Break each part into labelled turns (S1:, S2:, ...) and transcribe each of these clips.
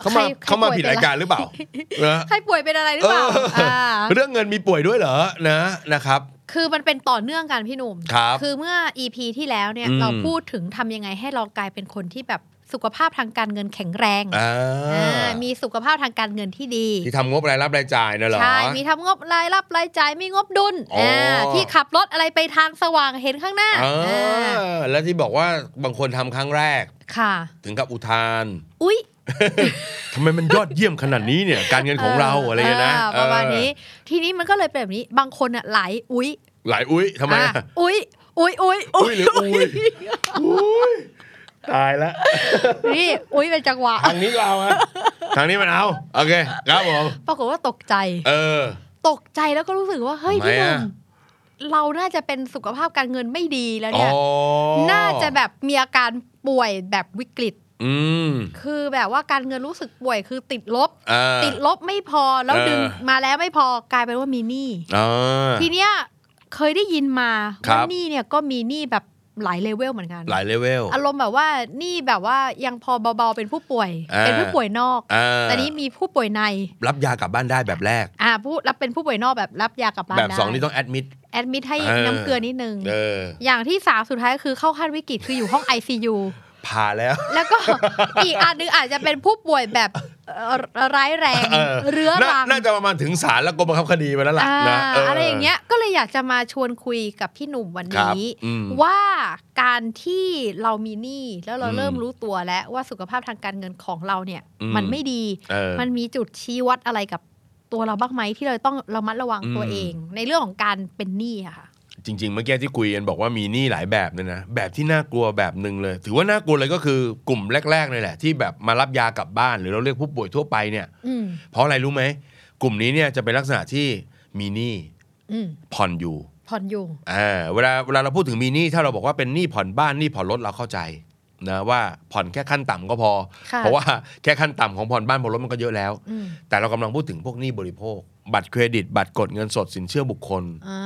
S1: เขามา
S2: ใคร
S1: เขามา
S2: ใค
S1: ผิดรายการหรือเปล่านะ
S2: ใครป่วยเป็นอะไรหรือเปล่า
S1: เออ
S2: อ่า
S1: เรื่องเงินมีป่วยด้วยเหรอนะนะครับ
S2: คือมันเป็นต่อเนื่องกันพี่หนุ่ม
S1: ครับ
S2: อเมื่อ EP ที่แล้วเนี่ย
S1: อืม
S2: เราพูดถึงทำยังไงให้เรากลายเป็นคนที่แบบสุขภาพทางการเงินแข็งแรง
S1: อ่า
S2: อ่ามีสุขภาพทางการเงินที่ดี
S1: ที่ทำงบรายรับรายจ่ายน่ะเหรอ
S2: ใช่ มีทำงบรายรับรายจ่าย มีงบดุล
S1: อ๋ออ่
S2: าที่ขับรถอะไรไปทางสว่างเห็นข้างหน้า
S1: อ่า
S2: อ่า
S1: แล้วที่บอกว่าบางคนทำครั้งแรก
S2: ค่ะ
S1: ถึงกับอุทาน
S2: อุ๊ย
S1: ทำไมมันยอดเยี่ยมขนาดนี้เนี่ย การเงินของเราอะไรเงี้ยนะ
S2: อ่าประมาณนี้
S1: เอ
S2: ทีนี้มันก็เลยเป็นแบบนี้ บางคนอ่ะไหลายอุ๊ย
S1: อหลายอุ้ยทำไม
S2: อ่ะ
S1: อะ
S2: อุ๊ย อุ๊ย อุ๊ย
S1: อุ้ยหรืออุ้ยอุ้ยตายละ
S2: นี่ อุ๊ยเป็นจังหวะ
S1: ทางนี้ก็เอาฮะทางนี้มันเอาโอเคครับผม
S2: ปรากฏว่าตกใจ
S1: เออ
S2: ตกใจแล้วก็รู้สึกว่า เฮ้ย
S1: ทำไม
S2: พี่หนุ่ม
S1: อะ
S2: เราน่าจะเป็นสุขภาพการเงินไม่ดีแล้วเนี่ย
S1: อ๋อ
S2: น่าจะแบบมีอาการป่วยแบบวิกฤต
S1: อืม
S2: คือแบบว่าการเงินรู้สึกป่วยคือติดลบ
S1: อ่า
S2: ติดลบไม่พอแล้ว
S1: เออ
S2: ดึงมาแล้วไม่พอกลายเป็นว่ามีหนี้
S1: อ่า
S2: ทีเนี้ยเคยได้ยินมา
S1: ครั
S2: ว่า
S1: บ
S2: หนี้เนี่ยก็มีหนี้แบบหลายเลเวลเหมือนกัน
S1: หลายเลเวล
S2: อารมณ์แบบว่านี่แบบว่ายังพอเบาๆเป็นผู้ป่วย
S1: อ่า
S2: เป็นผู้ป่วยนอก
S1: อ่า
S2: แต่นี้มีผู้ป่วยใน
S1: รับยากลับบ้านได้แบบแรก
S2: อ่าผู้รับเป็นผู้ป่วยนอกแบบรับยากลับบ้าน
S1: แบบ
S2: ได้
S1: สองนี่ต้องแอดมิด
S2: แอดมิทให้
S1: เออ
S2: น้ำเกลือนิดนึง
S1: เออ
S2: อย่างที่สามสุดท้ายคือเข้าขั้นวิกฤตคืออยู่ห้อง ICU
S1: ผ่าแล้ว
S2: แล้วก็ อีกอันหนึงอาจจะเป็นผู้ป่วยแบบเอ่อร้ายแรง
S1: เออ
S2: เรื้อรัง
S1: นาน่าจะประมาณถึงศาลแล้วกรมบังคับคดีไปแล้วล่ะ
S2: อ่า
S1: นะเ
S2: อะไรอย่างเงี้ยก็เลยอยากจะมาชวนคุยกับพี่หนุ่มวัน
S1: ครั
S2: นี้
S1: บอืม
S2: ว่าการที่เรามีหนี้แล้วเรา
S1: อืม
S2: เริ่มรู้ตัวแล้วว่าสุขภาพทางการเงินของเราเนี่ย
S1: อืม
S2: มันไม่ดี
S1: เออ
S2: มันมีจุดชี้วัดอะไรกับตัวเราบ้างไหมที่เราต้องระมัดระวัง
S1: อืม
S2: ตัวเอง ในเรื่องของการเป็นหนี้อะค่ะ
S1: จริง ๆ เมื่อกี้ที่คุยกันบอกว่ามีหนี้หลายแบบเลยนะ แบบที่น่ากลัวแบบหนึ่งเลย ถือว่าน่ากลัวเลยก็คือกลุ่มแรกๆเลยแหละ ที่แบบมารับยากลับบ้าน หรือเราเรียกผู้ป่วยทั่วไปเนี่ย
S2: อืม
S1: เพราะอะไรรู้ไหมกลุ่มนี้เนี่ยจะเป็นลักษณะที่มีหนี้
S2: อืม
S1: ผ่อนอยู่
S2: ผ่อนอยู่
S1: อ่าเวลาเวลาเราพูดถึงมีหนี้ถ้าเราบอกว่าเป็นหนี้ผ่อนบ้านหนี้ผ่อนรถเราเข้าใจนะว่าผ่อนแค่ขั้นต่ำก็พอ
S2: ค่ะ
S1: เพราะ ว่าแค่ขั้นต่ำของผ่อนบ้านผ่อนรถมันก็เยอะแล้ว
S2: อืม
S1: แต่เรากำลังพูดถึงพวกหนี้บริโภค บัตรเครดิต บัตรกดเงินสดสินเชื่อบุคคล
S2: อ่า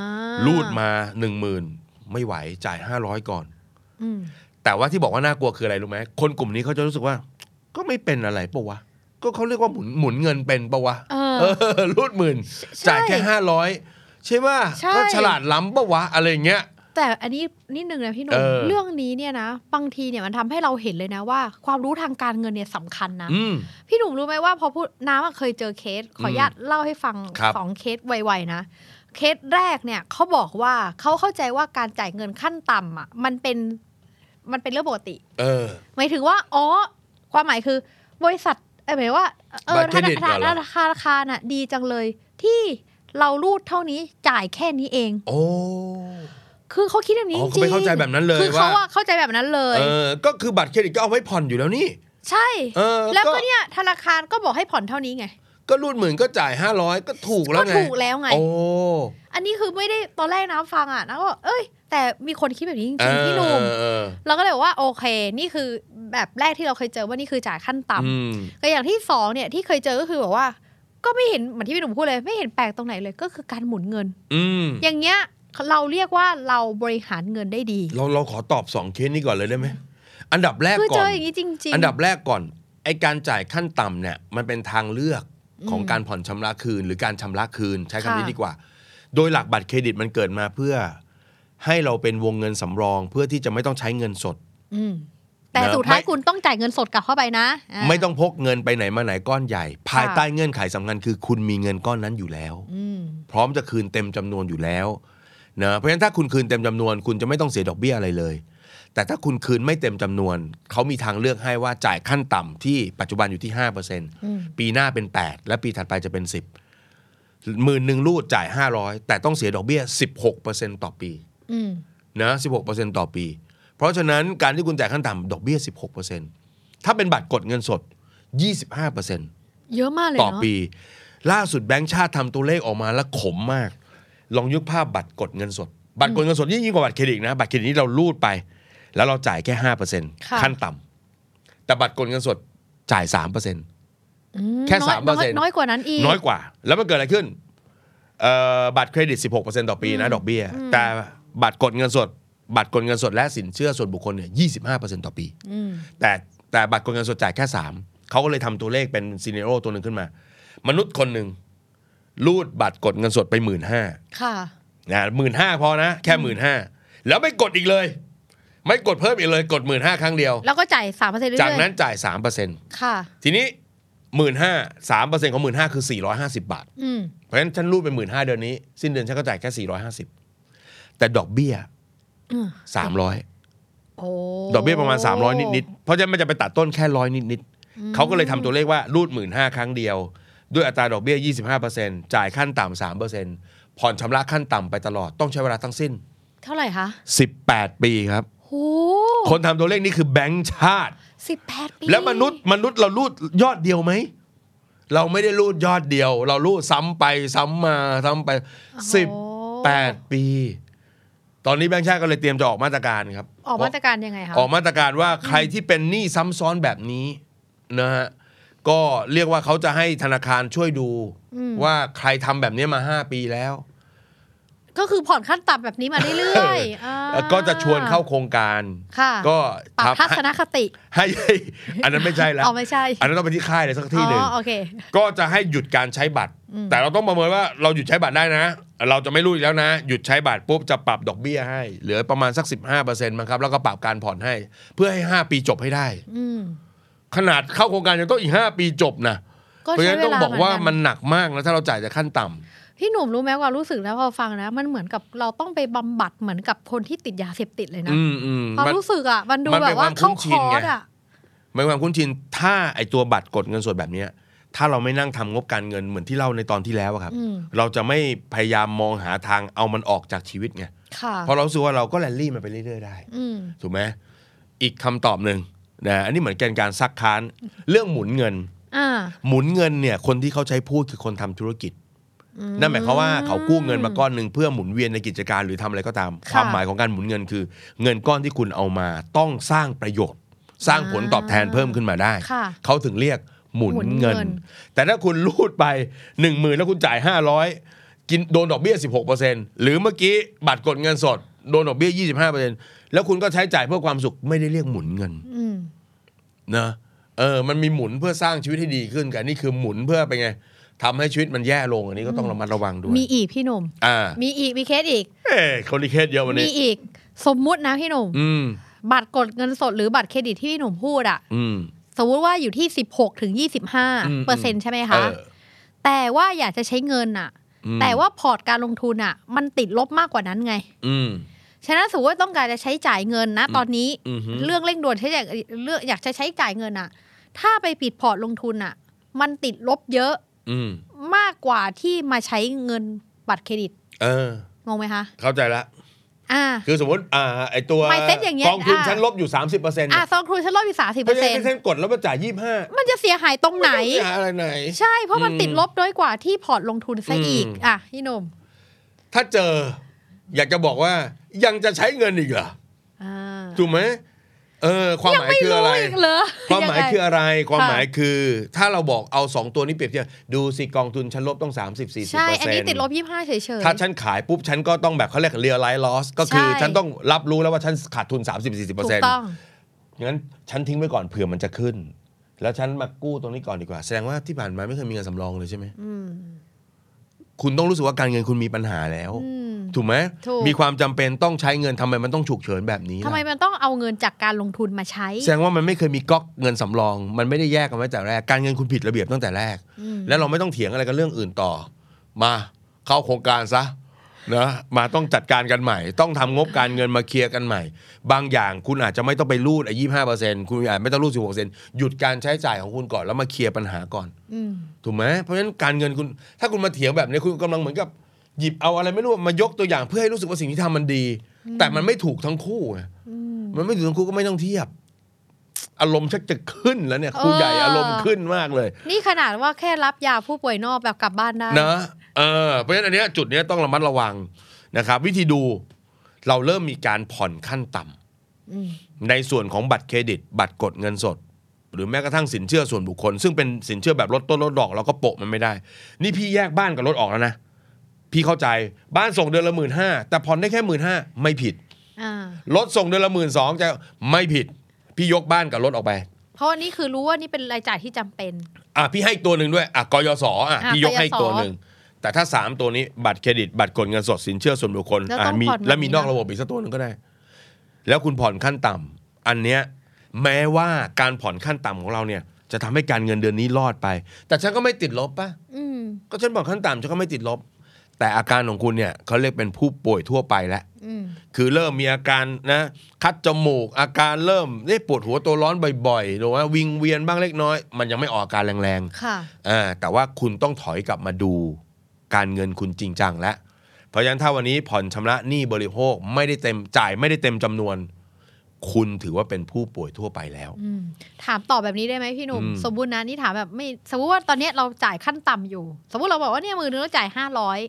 S1: รูดมา1 0,000 ไม่ไหวจ่าย 500 ก่อน
S2: อืม
S1: แต่ว่าที่บอกว่าน่ากลัวคืออะไรรู้ไหมคนกลุ่มนี้เขาจะรู้สึกว่า ก็ไม่เป็นอะไรปะวะก็เขาเรียกว่าหมุนหมุนเงินเป็นปะวะ
S2: เออ
S1: เออรูดหมื่น
S2: ใช่
S1: จ่ายแค่ห้าร้อยใช่ปะ
S2: ใช่
S1: ก็ฉลาดล้ำปะวะอะไรอย่างเงี้ย
S2: แต่อันนี้นิดนึงนะพี่หนุ่ม
S1: เออ
S2: เรื่องนี้เนี่ยนะบางทีเนี่ยมันทำให้เราเห็นเลยนะว่า ความรู้ทางการเงินเนี่ยสำคัญนะ
S1: อืม
S2: พี่หนุ่มรู้ไหมว่าพอพูดน้ำอะเคยเจอเคส ขออนุญาตเล่าให้ฟัง
S1: ครับ
S2: สองเคสไวๆนะ เคสแรกเนี่ยเขาบอกว่าเขาเข้าใจว่าการจ่ายเงินขั้นต่ำอ่ะมันเป็นมันเป็นเรื่องปกติ
S1: เออ
S2: หมายถึงว่าอ๋อความหมายคือบริษัทเอ้ยหมายว่าเอ
S1: บั
S2: อ
S1: ตรเค
S2: ธ
S1: ร
S2: นา
S1: ดิต
S2: คาร
S1: เหรอ
S2: ธนาคารธนาคารน่ะดีจังเลย ที่เรารูดเท่านี้จ่ายแค่นี้เอง
S1: โอ้
S2: คือเขาคิดแบบนี้
S1: อ๋
S2: จ
S1: อ
S2: ริง
S1: เขาไม่เข้าใจแบบนั้นเลย
S2: คือเขา
S1: ว่า
S2: อะเข้าใจแบบนั้นเลย
S1: เออ ก็คือบัตรเครดิตก็เอาไว้ผ่อนอยู่แล้วนี่
S2: ใช่
S1: เออ
S2: แล้วก็เนี่ยธนาคารก็บอกให้ผ่อนเท่านี้ไง
S1: ก็รูดหมื่นก็จ่าย 500 ก็ถูกแล้
S2: ก็
S1: วไง
S2: ถูกแล้วไง
S1: โอ้
S2: อันนี้คือไม่ได้ตอนแรกน้ำฟังอ่ะน้ำก็บอกเอ้ย แต่มีคนคิดแบบนี้จ
S1: เอ
S2: ริง
S1: อ
S2: ๆพี่หนุ่ม
S1: เออเออ
S2: เราก็เลยบอกว่าโอเค นี่คือแบบแรกที่เราเคยเจอว่านี่คือจ่ายขั้นต่
S1: อืม
S2: ำก็อย่างที่สองเนี่ยที่เคยเจอก็คือแบบว่า ก็ไม่เห็นเหมือนที่พี่หนุ่มพูดเลย ไม่เห็นแปลกตรงไหนเลยก็คือการหมุนเงิน
S1: อืม
S2: อย่างเงี้ยเราเรียกว่าเราบริหารเงินได้ดี
S1: เราเราขอตอบ 2 เคสนี้ก่อนเลยได้ไหม อันดับแรก
S2: คือ
S1: ก่
S2: เจ
S1: อน
S2: ออย่างนี้จริง ๆ
S1: อันดับแรกก่อน ไอการจ่ายขั้นต่ำเนี่ย มันเป็นทางเลือกของ
S2: อืม
S1: การผ่อนชำระคืน หรือการชำระคืน ใช้คำนี้
S2: ค่ะ
S1: ดีกว่า โดยหลักบัตรเครดิตมันเกิดมาเพื่อ ให้เราเป็นวงเงินสำรอง เพื่อที่จะไม่ต้องใช้เงินสด
S2: อืมแต่
S1: นะ
S2: สุดท้าย
S1: ไม่
S2: คุณต้องจ่ายเงินสดกลับเข้าไปนะา
S1: ไม่ต้องพกเงินไปไหนมาไหนก้อนใหญ่ ภาย
S2: ค่ะ
S1: ใต้เงื่อนไขสำคัญคือคุณมีเงินก้อนนั้นอยู่แล้ว
S2: อืม
S1: พร้อมจะคืนเต็มจำนวนอยู่แล้วนะเพราะฉะนั้นถ้าคุณคืนเต็มจำนวน คุณจะไม่ต้องเสียดอกเบี้ยอะไรเลย แต่ถ้าคุณคืนไม่เต็มจำนวน เขามีทางเลือกให้ว่าจ่ายขั้นต่ำที่ปัจจุบันอยู่ที่ 5%
S2: อืม
S1: ปีหน้าเป็น 8 และปีถัดไปจะเป็น 10หมื่นหนึ่งรูดจ่าย 500 แต่ต้องเสียดอกเบี้ย 16%ต่อปี
S2: อืม
S1: นะ16%ต่อปี เพราะฉะนั้นการที่คุณจ่ายขั้นต่ำดอกเบี้ย 16%ถ้าเป็นบัตรกดเงินสด 25%
S2: เยอะมากเลย
S1: ต่อ
S2: เนาะ
S1: ปี ล่าสุดแบงค์ชาติทำตัวเลขออกมาแล้วขมมาก ลองยกภาพบัตรกดเงินสด บัตรกดเงินสดยิ่งยิ่งกว่าบัตรเครดิตนะ บัตรเครดิตนี่เราลูดไป แล้วเราจ่ายแค่ห้าเปอร์เซ็นต์
S2: ค่ะ
S1: ขั้นต่ำแต่บัตรกดเงินสดจ่ายสามเปอร์เซ็นต์
S2: อื
S1: แค่
S2: อย
S1: 3%
S2: อยน้อยกว่านั้นอีก
S1: น้อยกว่า แล้วมันเกิดอะไรขึ้นเอ่อบัตรเครดิต 16%ต่อปีนะดอกเบี้ย แต่บัตรกดเงินสด บัตรกดเงินสดและสินเชื่อส่วนบุคคลเนี่ย25%ต่อปี
S2: อืม
S1: แต่แต่บัตรกดเงินสดจ่ายแค่ 3 เขาก็เลยทำตัวเลขเป็นซีเนโรตัวหนึ่งขึ้นมา มนุษย์คนหนึ่งรูดบัตรกดเงินสดไปหมื่นห้า
S2: ค่ะ
S1: นะหมื่นห้าพอนะแค่หมื่นห้าแล้วไม่กดอีกเลย ไม่กดเพิ่มอีกเลยกดหมื่นห้าครั้งเดียว
S2: แล้วก็จ่ายสามเปอร์เซ็นต์เรื่อยๆ
S1: จากนั้นจ่าย3%เปอร์เซ็นต์
S2: ค่ะ
S1: ทีนี้หมื่นห้าสามเปอร์เซ็นต์ของหมื่นห้าคือสี่ร้อยห้าสิบาท
S2: อืม
S1: เพราะฉะนั้นฉันรูดไปหมื่นห้าเดือนนี้ สิ้นเดือนฉันก็จ่ายแค่สี่ร้อยห้าสิบแต่ดอกเบี้ย
S2: อืม
S1: สามร้อย
S2: โอ้
S1: ดอกเบี้ยประมาณสามร้อยนิดๆเพราะฉะนั้นมันจะไปตัดต้นแค่ร้อยนิดๆเขาก็เลยทำตัวเลขว่ารูดหมื่นห้าครั้งเดียว ด้วยอัตราดอกเบี้ยยี่สิบห้าเปอร์เซ็นต์จ่ายขั้นต่ำสามเปอร์เซ็นต์ผ่อนชำระขั้นต่ำไปตลอดต้องใช้เวลาทั้งสิ้น
S2: ๆเท่าไหร่คะ
S1: สิบแปดปีครับ
S2: โห
S1: คนทำตัวเลขนี้คือแบงก์ชาติ
S2: สิบแปดปี
S1: แล้วมนุษย์มนุษย์เรารูดยอดเดียวไหม เราไม่ได้รูดยอดเดียว เรารูดซ้ำไปซ้ำมาซ้ำไปสิบแปดปี ตอนนี้แบงค์ชาติก็เลยเตรียมจะออกมาตรการครับ
S2: ออกมาตรการยังไงคะ
S1: ออกมาตรการว่าใครที่เป็นหนี้ซ้ำซ้อนแบบนี้นะฮะก็เรียกว่าเขาจะให้ธนาคารช่วยดู ว่าใครทำแบบนี้มา 5 ปีแล้ว
S2: ก็คือผ่อนขั้นต่ำแบบนี้มาเรื่อยๆอ่า
S1: ก็จะชวนเข้าโครงการ
S2: ค่ะ
S1: ก็
S2: ปรับ
S1: ทำ
S2: ทัศนคติ
S1: ให้ ให้อันนั้นไม่ใช่แล้ว
S2: เอาไม่ใช่
S1: อันนั้นต้องไปที่ค่ายอะไรสักที่หนึ่ง
S2: อ๋อโอเค
S1: ก็จะให้หยุดการใช้บัตร แต่เราต้องประเมินว่าเราหยุดใช้บัตรได้นะ เราจะไม่รู้อีกแล้วนะ หยุดใช้บัตรปุ๊บจะปรับดอกเบี้ยให้ เหลือประมาณสัก 15%มั้งครับ แล้วก็ปรับการผ่อนให้ เพื่อให้ 5 ปีจบให้ได้
S2: อืม
S1: ขนาดเข้าโครงการยังต้องอีก 5 ปีจบนะ
S2: ก็
S1: เพราะฉะ
S2: ใช้
S1: นั้น
S2: เว
S1: ต้อง
S2: ลา
S1: บอกว่า
S2: เห
S1: มั
S2: อน กั
S1: หนักมากนะถ้าเราจ่ายจากขั้นต่ำ
S2: พี่หนุ่มรู้ไหมว่ารู้สึกแล้วพอฟังนะ มันเหมือนกับเราต้องไปบำบัดเหมือนกับคนที่ติดยาเสพติดเลยนะ
S1: อืมอืม
S2: ความ
S1: มัน
S2: รู้สึกอ่ะมันดู
S1: มัน
S2: แบ
S1: เป็
S2: บ
S1: น
S2: ว่า
S1: ความ
S2: เข้า
S1: คุ้
S2: น ค
S1: ชิน
S2: อ
S1: ไง
S2: ร์สอ่ะ
S1: ไม่ความคุ้นชินถ้าไอตัวบัตรกดเงินสดแบบเนี้ยถ้าเราไม่นั่งทำงบการเงินเหมือนที่เล่าในตอนที่แล้วอะครับ
S2: อืม
S1: เราจะไม่พยายามมองหาทางเอามันออกจากชีวิตไง
S2: ค่ะ
S1: เพราะเราสู้ว่าเราก็แลนลี่มันไปเรื่อยๆได้
S2: อืม
S1: ถูกไหมอีกคำตอบหนึ่งนะอันนี้เหมือนกันการซักค้าน เรื่องหมุนเงิน
S2: อ่า
S1: หมุนเงินเนี่ยคนที่เขาใช้พูดคือคนทำธุรกิจ นั่นหมายความว่าเขากู้เงินมาก้อนหนึ่งเพื่อหมุนเวียนในกิจการหรือทำอะไรก็ตาม
S2: ค่ะ
S1: ความหมายของการหมุนเงินคือ เงินก้อนที่คุณเอามา ต้องสร้างประโยชน์ สร้างผลตอบแทนเพิ่มขึ้นมาได้
S2: ค่ะ
S1: เขาถึงเรียกหมุน
S2: หมุนเงิ
S1: เงิ
S2: น
S1: น แต่ถ้าคุณรูดไป1 0,000แล้วคุณจ่าย 500 กินโดนดอกเบี้ย 16%หรือเมื่อกี้บัตรกดเงินสด โดนดอกเบี้ย 25%แล้วคุณก็ใช้จ่ายเพื่อความสุขไม่ได้เรียกหมุนเงิน
S2: อืม
S1: นะเออมันมีหมุนเพื่อสร้างชีวิตให้ดีขึ้นกับนี่คือหมุนเพื่อไปนไงทำให้ชีวิตมันแย่ลงอันนี้ก็ต้องระมัดระวังด้วย
S2: มีอีกพี่หนุ่ม
S1: อ่า
S2: มีอีก มีเคสอีก
S1: เอ้ยคนรีเคสเยอะวัน
S2: มี
S1: นี้
S2: อีก สมมุตินะพี่หนุ่ม
S1: อืม
S2: บัตรกดเงินสดหรือบัตรเครดิตที่พี่หนุ่มพูดอะ
S1: อืม
S2: สมมติว่าอยู่ที่ 16ถึง
S1: อืม
S2: 25เปอร์เซ็นต์ใช่ไหม
S1: เอ
S2: คะ
S1: อ
S2: แต่ว่าอยากจะใช้เงินอะ
S1: อืม
S2: แต่ว่าพอร์ตการลงทุนอะมันติดลบมากกว่านั้นไง
S1: อืม
S2: ฉะนั้นสมมติว่าต้องการจะใช้จ่ายเงินนะ ตอนนี้
S1: อือหือ
S2: เรื่องเร่งด่วนใช้จ่ายเรื่องอยากจะใช้จ่ายเงินอะถ้าไปปิดพอร์ตลงทุนอะมันติดลบเยอะ
S1: อืม
S2: มากกว่าที่มาใช้เงินบัตรเครดิต
S1: เออ
S2: งงไหมคะ
S1: เข้าใจละ
S2: อ่า
S1: คือสมมติอ่าไอตัว
S2: Mindset อย่างเงี้ย
S1: กองทุน
S2: อ่ะ
S1: ฉันลบอยู่ 30%เปอร์เซ็นต์
S2: อ่ะซองครูฉันลดอีกสามสิบ
S1: เพ
S2: เปอ
S1: ราะ
S2: ร์
S1: ฉะ
S2: เซ็
S1: นั้นน
S2: ต์
S1: ฉันกดแล้วมาจ่ายยี่ห้า
S2: มันจะเสียหายตรงไหน
S1: อะไรไหน
S2: ใช่เพราะมัน
S1: อืม
S2: ติดลบน้อยกว่าที่พอร์ตลงทุนซะอีก
S1: อืม
S2: อ่ะ พี่หนม
S1: ถ้าเจอ อยากจะบอกว่ายังจะใช้เงินอีกเหรอ
S2: อ่า
S1: ถูกไหมเออ ความหมายคืออะไร
S2: อีกเหรอ
S1: ความหมายคือ
S2: ยังไง
S1: อะไร ความ
S2: ค่ะ
S1: หมายคือ ถ้าเราบอกเอา 2 ตัวนี้เปรียบเทียบดูสิกองทุนฉันลบต้อง 30 40
S2: ใช่ อันนี้ติดลบยี่ห้าเฉยๆ
S1: ถ้าฉันขายปุ๊บ ฉันก็ต้องแบบเขาเรียก realize loss ก็คือ
S2: ใช่
S1: ฉันต้องรับรู้แล้วว่าฉันขาดทุน 30 40เปอร์
S2: ถู
S1: เซ็น
S2: ก
S1: ต์
S2: ต้อง
S1: งั้นฉันทิ้งไว้ก่อนเผื่อมันจะขึ้น แล้วฉันมากู้ตรงนี้ก่อนดีกว่า แสดงว่าที่ผ่านมาไม่เคยมีเงินสำรองเลยใช่ไหม
S2: อืม
S1: คุณต้องรู้สึกว่าการเงินคุณมีปัญหาแล้ว
S2: อืม
S1: ถูกไหม
S2: ถูก
S1: มีความจำเป็นต้องใช้เงินทำไมมันต้องฉุกเฉินแบบนี้
S2: ทำไม
S1: ล่ะ
S2: มันต้องเอาเงินจากการลงทุนมาใช้
S1: แสดงว่ามันไม่เคยมีก๊อกเงินสำรอง มันไม่ได้แยกกันไว้แต่แรกการเงินคุณผิดระเบียบตั้งแต่แรก
S2: อืม
S1: แล้วเราไม่ต้องเถียงอะไรกันเรื่องอื่นต่อ มาเข้าโครงการซะนะมาต้องจัดการกันใหม่ ต้องทำงบการเงินมาเคลียร์กันใหม่ บางอย่างคุณอาจจะไม่ต้องไปรูดไอ้ยี่ห้าเปอร์เซ็นต์คุณอาจไม่ต้องรูดสิบหกเปอร์เซ็นต์หยุดการใช้จ่ายของคุณก่อนแล้วมาเคลียร์ปัญหาก่อน
S2: อืม
S1: ถูกไหมเพราะฉะนั้นการเงินคุณ ถ้าคุณมาเถียงแบบนี้คุณกำลังเหมือนกับหยิบเอาอะไรไม่รู้มายกตัวอย่างเพื่อให้รู้สึกว่าสิ่งที่ทำมันดี แต่มันไม่ถูกทั้งคู่ไงมันไม่ถูกทั้งคู่ก็ไม่ต้องเทียบ อารมณ์ชักจะขึ้นแล้วเนี่ยครูใหญ่อารมณ์ขึ้นมากเลย
S2: นี่ขนาดว่าแค่รับยาผู้ป่วยนอกแบบกลับบ้านได้
S1: นะเออเพราะฉะนั้นอันเนี้ยจุดเนี้ยต้องระมัดระวังนะครับ วิธีดูเราเริ่มมีการผ่อนขั้นต่ำ
S2: อืม
S1: ในส่วนของบัตรเครดิต บัตรกดเงินสด หรือแม้กระทั่งสินเชื่อส่วนบุคคล ซึ่งเป็นสินเชื่อแบบลดต้นลดดอกเราก็โปะมันไม่ได้ นี่พี่แยกบ้านกับรถออกแล้วนะ พี่เข้าใจบ้านส่งเดือนละหมื่นห้าแต่ผ่อนได้แค่หมื่นห้าไม่ผิด
S2: อ่าร
S1: ถส่งเดือนละหมื่นสองจะไม่ผิด พี่ยกบ้านกับรถออกไป
S2: เพราะอันนี้คือรู้ว่านี่เป็นรายจ่ายที่จำเป็น
S1: อ่ะพี่ให้อีกตัวหนึ่งด้วยอ่ะกยศอ่ะ
S2: อ่ะ
S1: พี่ยกให้อี
S2: กยศ
S1: กตัวหนึ่งแต่ถ้าสามตัวนี้บัตรเครดิต บัตรกดเงินสดสินเชื่อส่วนบุคคล
S2: แล้ว
S1: อ่ะ
S2: ต้อง
S1: มี
S2: ผ่อนแบบ
S1: แล้วมี
S2: นี้
S1: นอก
S2: นะ
S1: ระบบอีกสักตัวหนึ่งก็ได้ แล้วคุณผ่อนขั้นต่ำอันเนี้ยแม้ว่าการผ่อนขั้นต่ำของเราเนี่ย จะทำให้การเงินเดือนนี้รอดไป แต่ฉันก็ไม่ติดลบปะ
S2: อืม
S1: ก็ฉันบอกขั้นต่ำฉันก็ไม่ติดลบ แต่อาการของคุณเนี่ยเขาเรียกเป็นผู้ป่วยทั่วไปแล้ว
S2: อืม
S1: คือเริ่มมีอาการนะคัดจมูก อาการเริ่มได้ปวดหัวตัวร้อนบ่อยๆหรือว่าวิงเวียนบ้างเล็กน้อย มันยังไม่ออกอาการแรง
S2: ค่ะ
S1: ๆอ่าแต่ว่าคุณต้องถอยกลับมาดูการเงินคุณจริงจังแล้วเพราะฉะนั้นถ้าวันนี้ผ่อนชำระหนี้บริโภคไม่ได้เต็มจ่ายไม่ได้เต็มจำนวน คุณถือว่าเป็นผู้ป่วยทั่วไปแล้ว
S2: อืม ถามตอบแบบนี้ได้ไหมพี่หนุ่ม
S1: อืม
S2: สมมตินะนี่ถามแบบไม่ สมมติว่าตอนเนี้ยเราจ่ายขั้นต่ำอยู่ สมมติเราบอกว่าเนี่ยมือนึงเราจ่ายห้าร้อย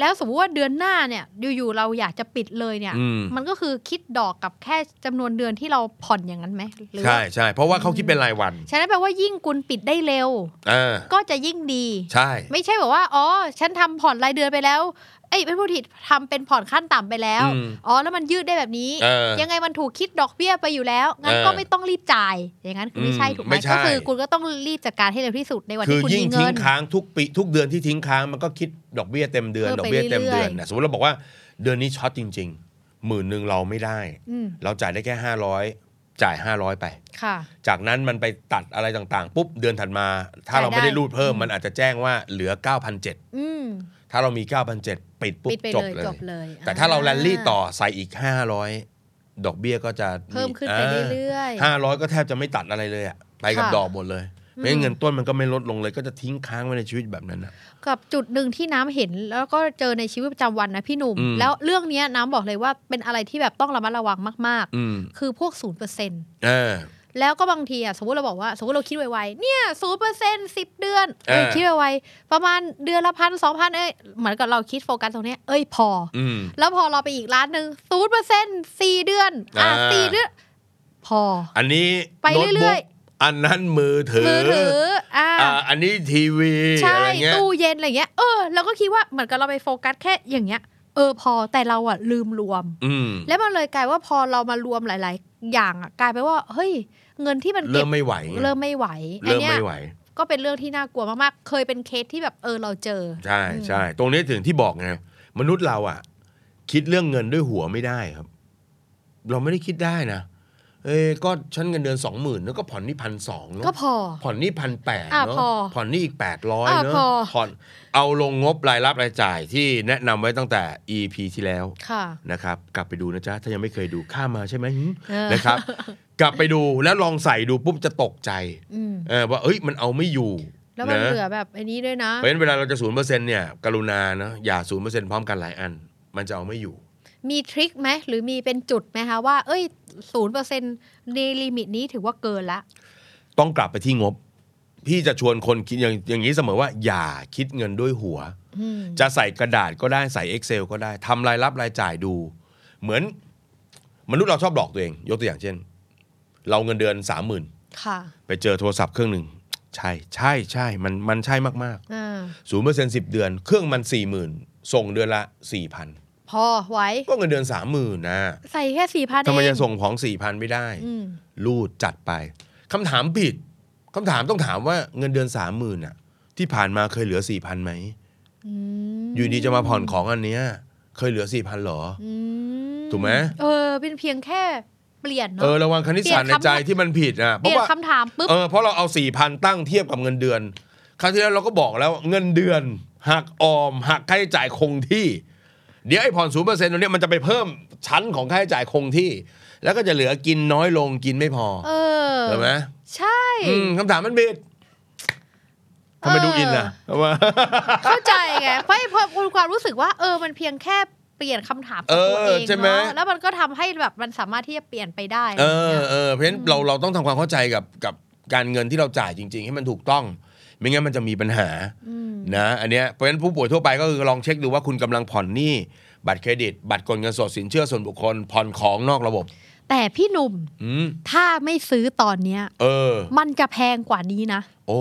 S2: แล้วสมมติว่าเดือนหน้าเนี่ย อยู่ๆเราอยากจะปิดเลยเนี่ย
S1: อืม
S2: มันก็คือคิดดอกกับแค่จำนวนเดือนที่เราผ่อนอย่างนั้นไหมหรือว่า
S1: ใช่ใช่เพราะว่าเขาคิดเป็นรายวัน
S2: ฉะนั้นแปลว่ายิ่งคุณปิดได้เร็ว
S1: อ่า
S2: ก็จะยิ่งดี
S1: ใช่
S2: ไม่ใช่แบบว่า อ๋อ ฉันทำผ่อนรายเดือนไปแล้ว เอ้ยเป็นผู้ผิดทำเป็นผ่อนขั้นต่ำไปแล้ว
S1: อืม
S2: อ๋อ แล้วมันยืดได้แบบนี้
S1: เออ
S2: ยังไงมันถูกคิดดอกเบี้ยไปอยู่แล้ว งั้น
S1: เออ
S2: ก็ไม่ต้องรีบจ่าย อย่างนั้นคือไม่ใช่
S1: อืม
S2: ถูกไหม
S1: ไม่ใช่
S2: ก็คือคุณก็ต้องรีบจัดการให้เร็วที่สุดในวัน
S1: คือ
S2: ที่คุณ
S1: ยิ่ง
S2: มี
S1: ทิ้
S2: เงิ
S1: ง
S2: น
S1: ค้างทุกปีทุกเดือนที่ทิ้งค้างมันก็คิดดอกเบี้ยเต็มเดือน
S2: เพิ่
S1: ด
S2: ม
S1: อก
S2: ไป
S1: เบี้ยเต็มเดื
S2: เรื่
S1: อน
S2: อยๆ
S1: นะสมมติเราบอกว่าเดือนนี้ช็อตจริงๆหมื่นหนึ่งเราไม่ได้
S2: อืม
S1: เราจ่ายได้แค่ 500 จ่าย 500 ไป
S2: ค่ะ
S1: จากนั้นมันไปตัดอะไรต่างๆ ปุ๊บเดือนถัดมา ถ้าเรา
S2: จ่ายได้
S1: ไม่ได้รูดเพิ่มมันอาจจะแจ้งว่าเหลือ 9,700
S2: อืม
S1: ถ้าเรามี 9,700 ปิดปุ๊บ
S2: ปิดไป
S1: จบ
S2: เลย
S1: เลย
S2: จบเลย
S1: แต่ถ้าเรา
S2: อ่
S1: แลนลี่ต่อใส่อีก 500 ดอกเบี้ยก็จะ
S2: เพิ่มขึ้นไปเรื่อยๆ
S1: ห้าร้อยก็แทบจะไม่ตัดอะไรเลยอะไปกับ
S2: ค่ะ
S1: ดอกหมดเลย
S2: อืม
S1: ไม่งั้นเงินต้นมันก็ไม่ลดลงเลย ก็จะทิ้งค้างไว้ในชีวิตแบบนั้นอะ
S2: กับจุดหนึ่งที่น้ำเห็นแล้วก็เจอในชีวิตประจำวันนะพี่หนุ่ม
S1: อืม
S2: แล้วเรื่องเนี้ยน้ำบอกเลยว่าเป็นอะไรที่แบบต้องระมัดระวังมาก
S1: อืม
S2: ๆ คือพวกศูนย์เปอร์เซ็นต์
S1: เออ
S2: แล้วก็บางทีอ่ะสมมติเราบอกว่าสมมติเราคิดไวๆเนี่ยศูนเปอร์เซ็นสิบเดือนเอ้ย
S1: อ่า
S2: คิดไวๆประมาณเดือนละพันสองพันเอ้ยเหมือนกับเราคิดโฟกัสตรงเนี้ยเอ้ยพอ
S1: อืม
S2: แล้วพอเราไปอีกร้านหนึ่งศูนเปอร์เซ็นสี่เดือนอ่ะ
S1: อ่า
S2: สี่เดือนพอ
S1: อันนี้
S2: ไป
S1: โน้ต
S2: เรื่
S1: บุ๊
S2: อย
S1: กอันนั้นมือถื
S2: มือถืออ่า
S1: อ่าอันนี้ทีวี
S2: ใช่
S1: อะไรเงี้ย
S2: ตู้เย็นอะไรเงี้ยเออเราก็คิดว่าเหมือนกับเราไปโฟกัสแค่อย่างเงี้ยเออพอแต่เราอ่ะลืมรวม
S1: อืม
S2: แล้วมันเลยกลายว่าพอเรามารวมหลาย ๆ อย่างอ่ะกลายไปนว่าเฮ้ยเงินที่มันเก็
S1: เริ่
S2: บ
S1: มไม่ไหวไง
S2: เริ่มไม่ไหวอัน
S1: เริ่ม
S2: เนี้ย
S1: ไม่ไหว
S2: ก็เป็นเรื่องที่น่ากลัวมาก ๆ เคยเป็นเคสที่แบบเออเราเจอ
S1: ใช่ใช่ตรงนี้ถึงที่บอกไงมนุษย์เราอะคิดเรื่องเงินด้วยหัวไม่ได้ครับ เราไม่ได้คิดได้นะเอ้ยก็ฉันเงินเดือนสองหมื่นแล้วก็ผ่อนนี่พันสองเนาะ
S2: ก็พอ
S1: ผ่อนนี่พันแปด
S2: อ่ะ
S1: เนาะ
S2: พอ
S1: ผ่อนนี่อีกแปดร้อย
S2: อ่ะ
S1: เนาะ
S2: พอ
S1: ผ่อนเอาลงงบรายรับรายจ่ายที่แนะนำไว้ตั้งแต่ EP ที่แล้ว
S2: ค่ะ
S1: นะครับ กลับไปดูนะจ๊ะ ถ้ายังไม่เคยดูข้ามมาใช่ไหมหึ
S2: เออ
S1: นะครับ กลับไปดูแล้วลองใส่ดูปุ๊บจะตกใจ
S2: อืม
S1: เออว่าเอ้ยมันเอาไม่อยู่
S2: แล้วมัน
S1: นะ
S2: เหลือแบบไอันนี้ด้วยนะ
S1: เพราะฉะนั้นเวลาเราจะศูนย์เปอร์เซ็นต์เนี่ยกรุณาเนาะอย่าศูนย์เปอร์เซ็นต์พร้อมกันหลายอัน มันจะเอาไม่อยู่
S2: มีทริคไหมหรือมีเป็นจุดไหมคะว่า เอ้ยศูนย์เปอร์เซ็นต์ในลิมิตนี้ถือว่าเกินละ
S1: ต้องกลับไปที่งบ พี่จะชวนคนคิดอย่างอย่างนี้เสมอว่า อย่าคิดเงินด้วยหัว
S2: อืม
S1: จะใส่กระดาษก็ได้ใส่ Excel ก็ได้ทำรายรับรายจ่ายดู เหมือน มนุษย์เราชอบหลอกตัวเอง ยกตัวอย่างเช่น เราเงินเดือนสามหมื่น
S2: ค่ะ
S1: ไปเจอโทรศัพท์เครื่องหนึ่งใช่ใช่ใช่มันมันใช่มาก
S2: อ่า
S1: ๆศูนย์เปอร์เซ็นต์สิบเดือน เครื่องมันสี่หมื่นส่งเดือนละสี่พัน
S2: พอไหว้
S1: ก็เงินเดือนสามหมื่นนะ
S2: ใส่แค่สี่พันเอง
S1: ทำไมจะส่งของสี่พันไม่ได้
S2: อืม
S1: รูดจัดไปคำถามผิดคำถามต้องถามว่าเงินเดือนสามหมื่นอะที่ผ่านมาเคยเหลือสี่พันไหม
S2: อืม
S1: อยู่ดีจะมาผ่อนของอันเนี้ย เคยเหลือสี่พันหรอ
S2: อื
S1: ถูกไหม
S2: เออ เป็นเพียงแค่เปลี่ยน
S1: เออ
S2: เนาะ
S1: ระวังคณิตศาสตร์
S2: เป
S1: ใน
S2: ลี่ยนคำ
S1: ใจที่มันผิดอะ
S2: เป
S1: เพราะ
S2: ลี่ยน
S1: ว่า
S2: คำถามปุ๊บ
S1: เออเพราะเราเอาสี่พันตั้งเทียบกับเงินเดือน ครั้งที่แล้วเราก็บอกแล้วเงินเดือนหักออมหักค่าใช้จ่ายคงที่ เดี๋ยวไอ้ผ่อนศูนย์เปอร์เซ็นต์ตรงเนี้ยมันจะไปเพิ่มชั้นของค่าใช้จ่ายคงที่ แล้วก็จะเหลือกินน้อยลงกินไม่พอ
S2: เออ
S1: เห็นไหม
S2: ใช่
S1: อืมคำถามมันบิดทำไม
S2: เออ
S1: ดูอินล่ะทำไม
S2: เข้าใจไงเพราะเพราะความรู้สึกว่าเออมันเพียงแค่ เปลี่ยนคำถามข
S1: เอ
S2: อง
S1: อ
S2: ตัวเอง
S1: ใช่ไหม
S2: เนาะแล้วมันก็ทำให้แบบมันสามารถที่จะเปลี่ยนไปได้
S1: เอ
S2: อะไร
S1: อ
S2: เงี้ย
S1: เออเพราะฉะนั้นเราเราต้องทำความเข้าใจกับกับการเงินที่เราจ่ายจริง ๆ ให้มันถูกต้อง ไม่งั้นมันจะมีปัญหานะอันเนี้ยเพราะฉะนั้นผู้ป่วยทั่วไปก็คือลองเช็คดูว่าคุณกำลังผ่อนหนี้บัตรเครดิต บัตรกดเงินสดสินเชื่อส่วนบุคคลผ่อนของนอกระบบ
S2: แต่พี่หนุ่ม
S1: อืม
S2: ถ้าไม่ซื้อตอนเนี้ย
S1: เออ
S2: มันจะแพงกว่านี้นะ
S1: โอ้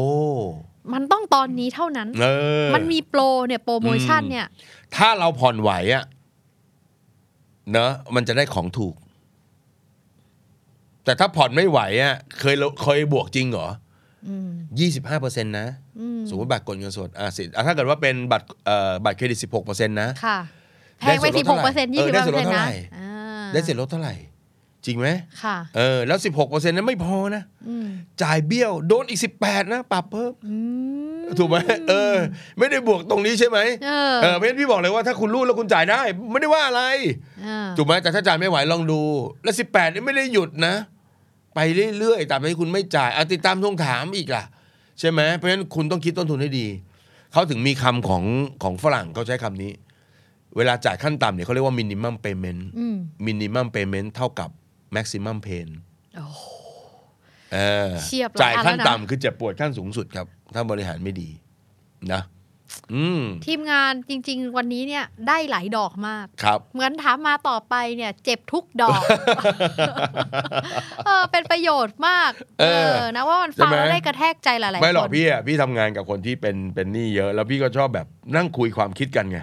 S2: มันต้องตอนนี้เท่านั้น
S1: เออ
S2: มันมีโปรเนี่ยโปรโมชั่น
S1: อืม
S2: เนี่ย
S1: ถ้าเราผ่อนไหวอะเนอะมันจะได้ของถูก แต่ถ้าผ่อนไม่ไหวอะเคยเราเคยบวกจริงเหรอ
S2: อืม
S1: ยี่สิบห้าเปอร์เซ็นต์นะ
S2: อืม
S1: สมมติบัตรกดเงินสดอ่ะสิอ่ะถ้าเกิดว่าเป็นบัตรเอ่อบัตรเครดิต 16เปอร์เซ็นต์นะ
S2: ค่ะ แพ
S1: ได้
S2: งไป
S1: ส่
S2: สิ
S1: วน
S2: บ
S1: ล
S2: หก
S1: ดเท่า
S2: เปอร์
S1: ไหร่
S2: เซ็นต์ยี่
S1: เออ
S2: สิบ
S1: ได้
S2: เปอ
S1: ส่ว
S2: ร์เซ็
S1: นลด
S2: น
S1: เท่า
S2: ต์
S1: ไหร่
S2: นะอ่า
S1: ได้เสร็จลดเท่าไหร่ จริงไหม
S2: ค่ะ
S1: เออแล้ว 16เปอร์เซ็นต์นั้นไม่พอนะ
S2: อืม
S1: จ่ายเบี้ยวโดนอีก 18 นะปรับเพิ่ม
S2: อืม
S1: ถูกไหมเออ ไม่ได้บวกตรงนี้ใช่ไหม
S2: เออ
S1: เออเพราะฉะนั้นพี่บอกเลยว่าถ้าคุณรูดแล้วคุณจ่ายได้ ไม่ได้ว่าอะไร
S2: เออ
S1: ถูกไหมแต่ถ้าจ่ายไม่ไหวลองดู และ18นี่ไม่ได้หยุดนะ ไปเรื่อยๆตามที่คุณไม่จ่ายเอาติดตามทวงถามอีกล่ะ ใช่ไหมเพราะฉะนั้นคุณต้องคิดต้นทุนให้ดี เขาถึงมีคำของของฝรั่งเขาใช้คำนี้ เวลาจ่ายขั้นต่ำเนี่ยเขาเรียกว่า minimum payment
S2: อืม
S1: minimum payment เท่ากับ maximum pain
S2: โอ้โห
S1: เออ
S2: เฉียบหลาย
S1: จ่าย
S2: อันแล้วนะ
S1: ขั้นต่ำคือเจ็บปวดขั้นสูงสุดครับ ถ้าบริหารไม่ดี นะ อืม
S2: ทีมงานจริง ๆ วันนี้เนี่ยได้หลายดอกมาก
S1: ครับ
S2: เหมือนถามมาต่อไปเนี่ย เจ็บทุกด อก เออเป็นประโยชน์มาก
S1: เอ
S2: เอ
S1: อ
S2: อ นะว่ามันฟัง
S1: ใช่ไหม
S2: แล้วได้กระแทกใจหลายๆคน
S1: ไม่หรอกพี่อ่ะพี่ทำงานกับคนที่เป็นเป็นหนี้เยอะ แล้วพี่ก็ชอบแบบนั่งคุยความคิดกันไง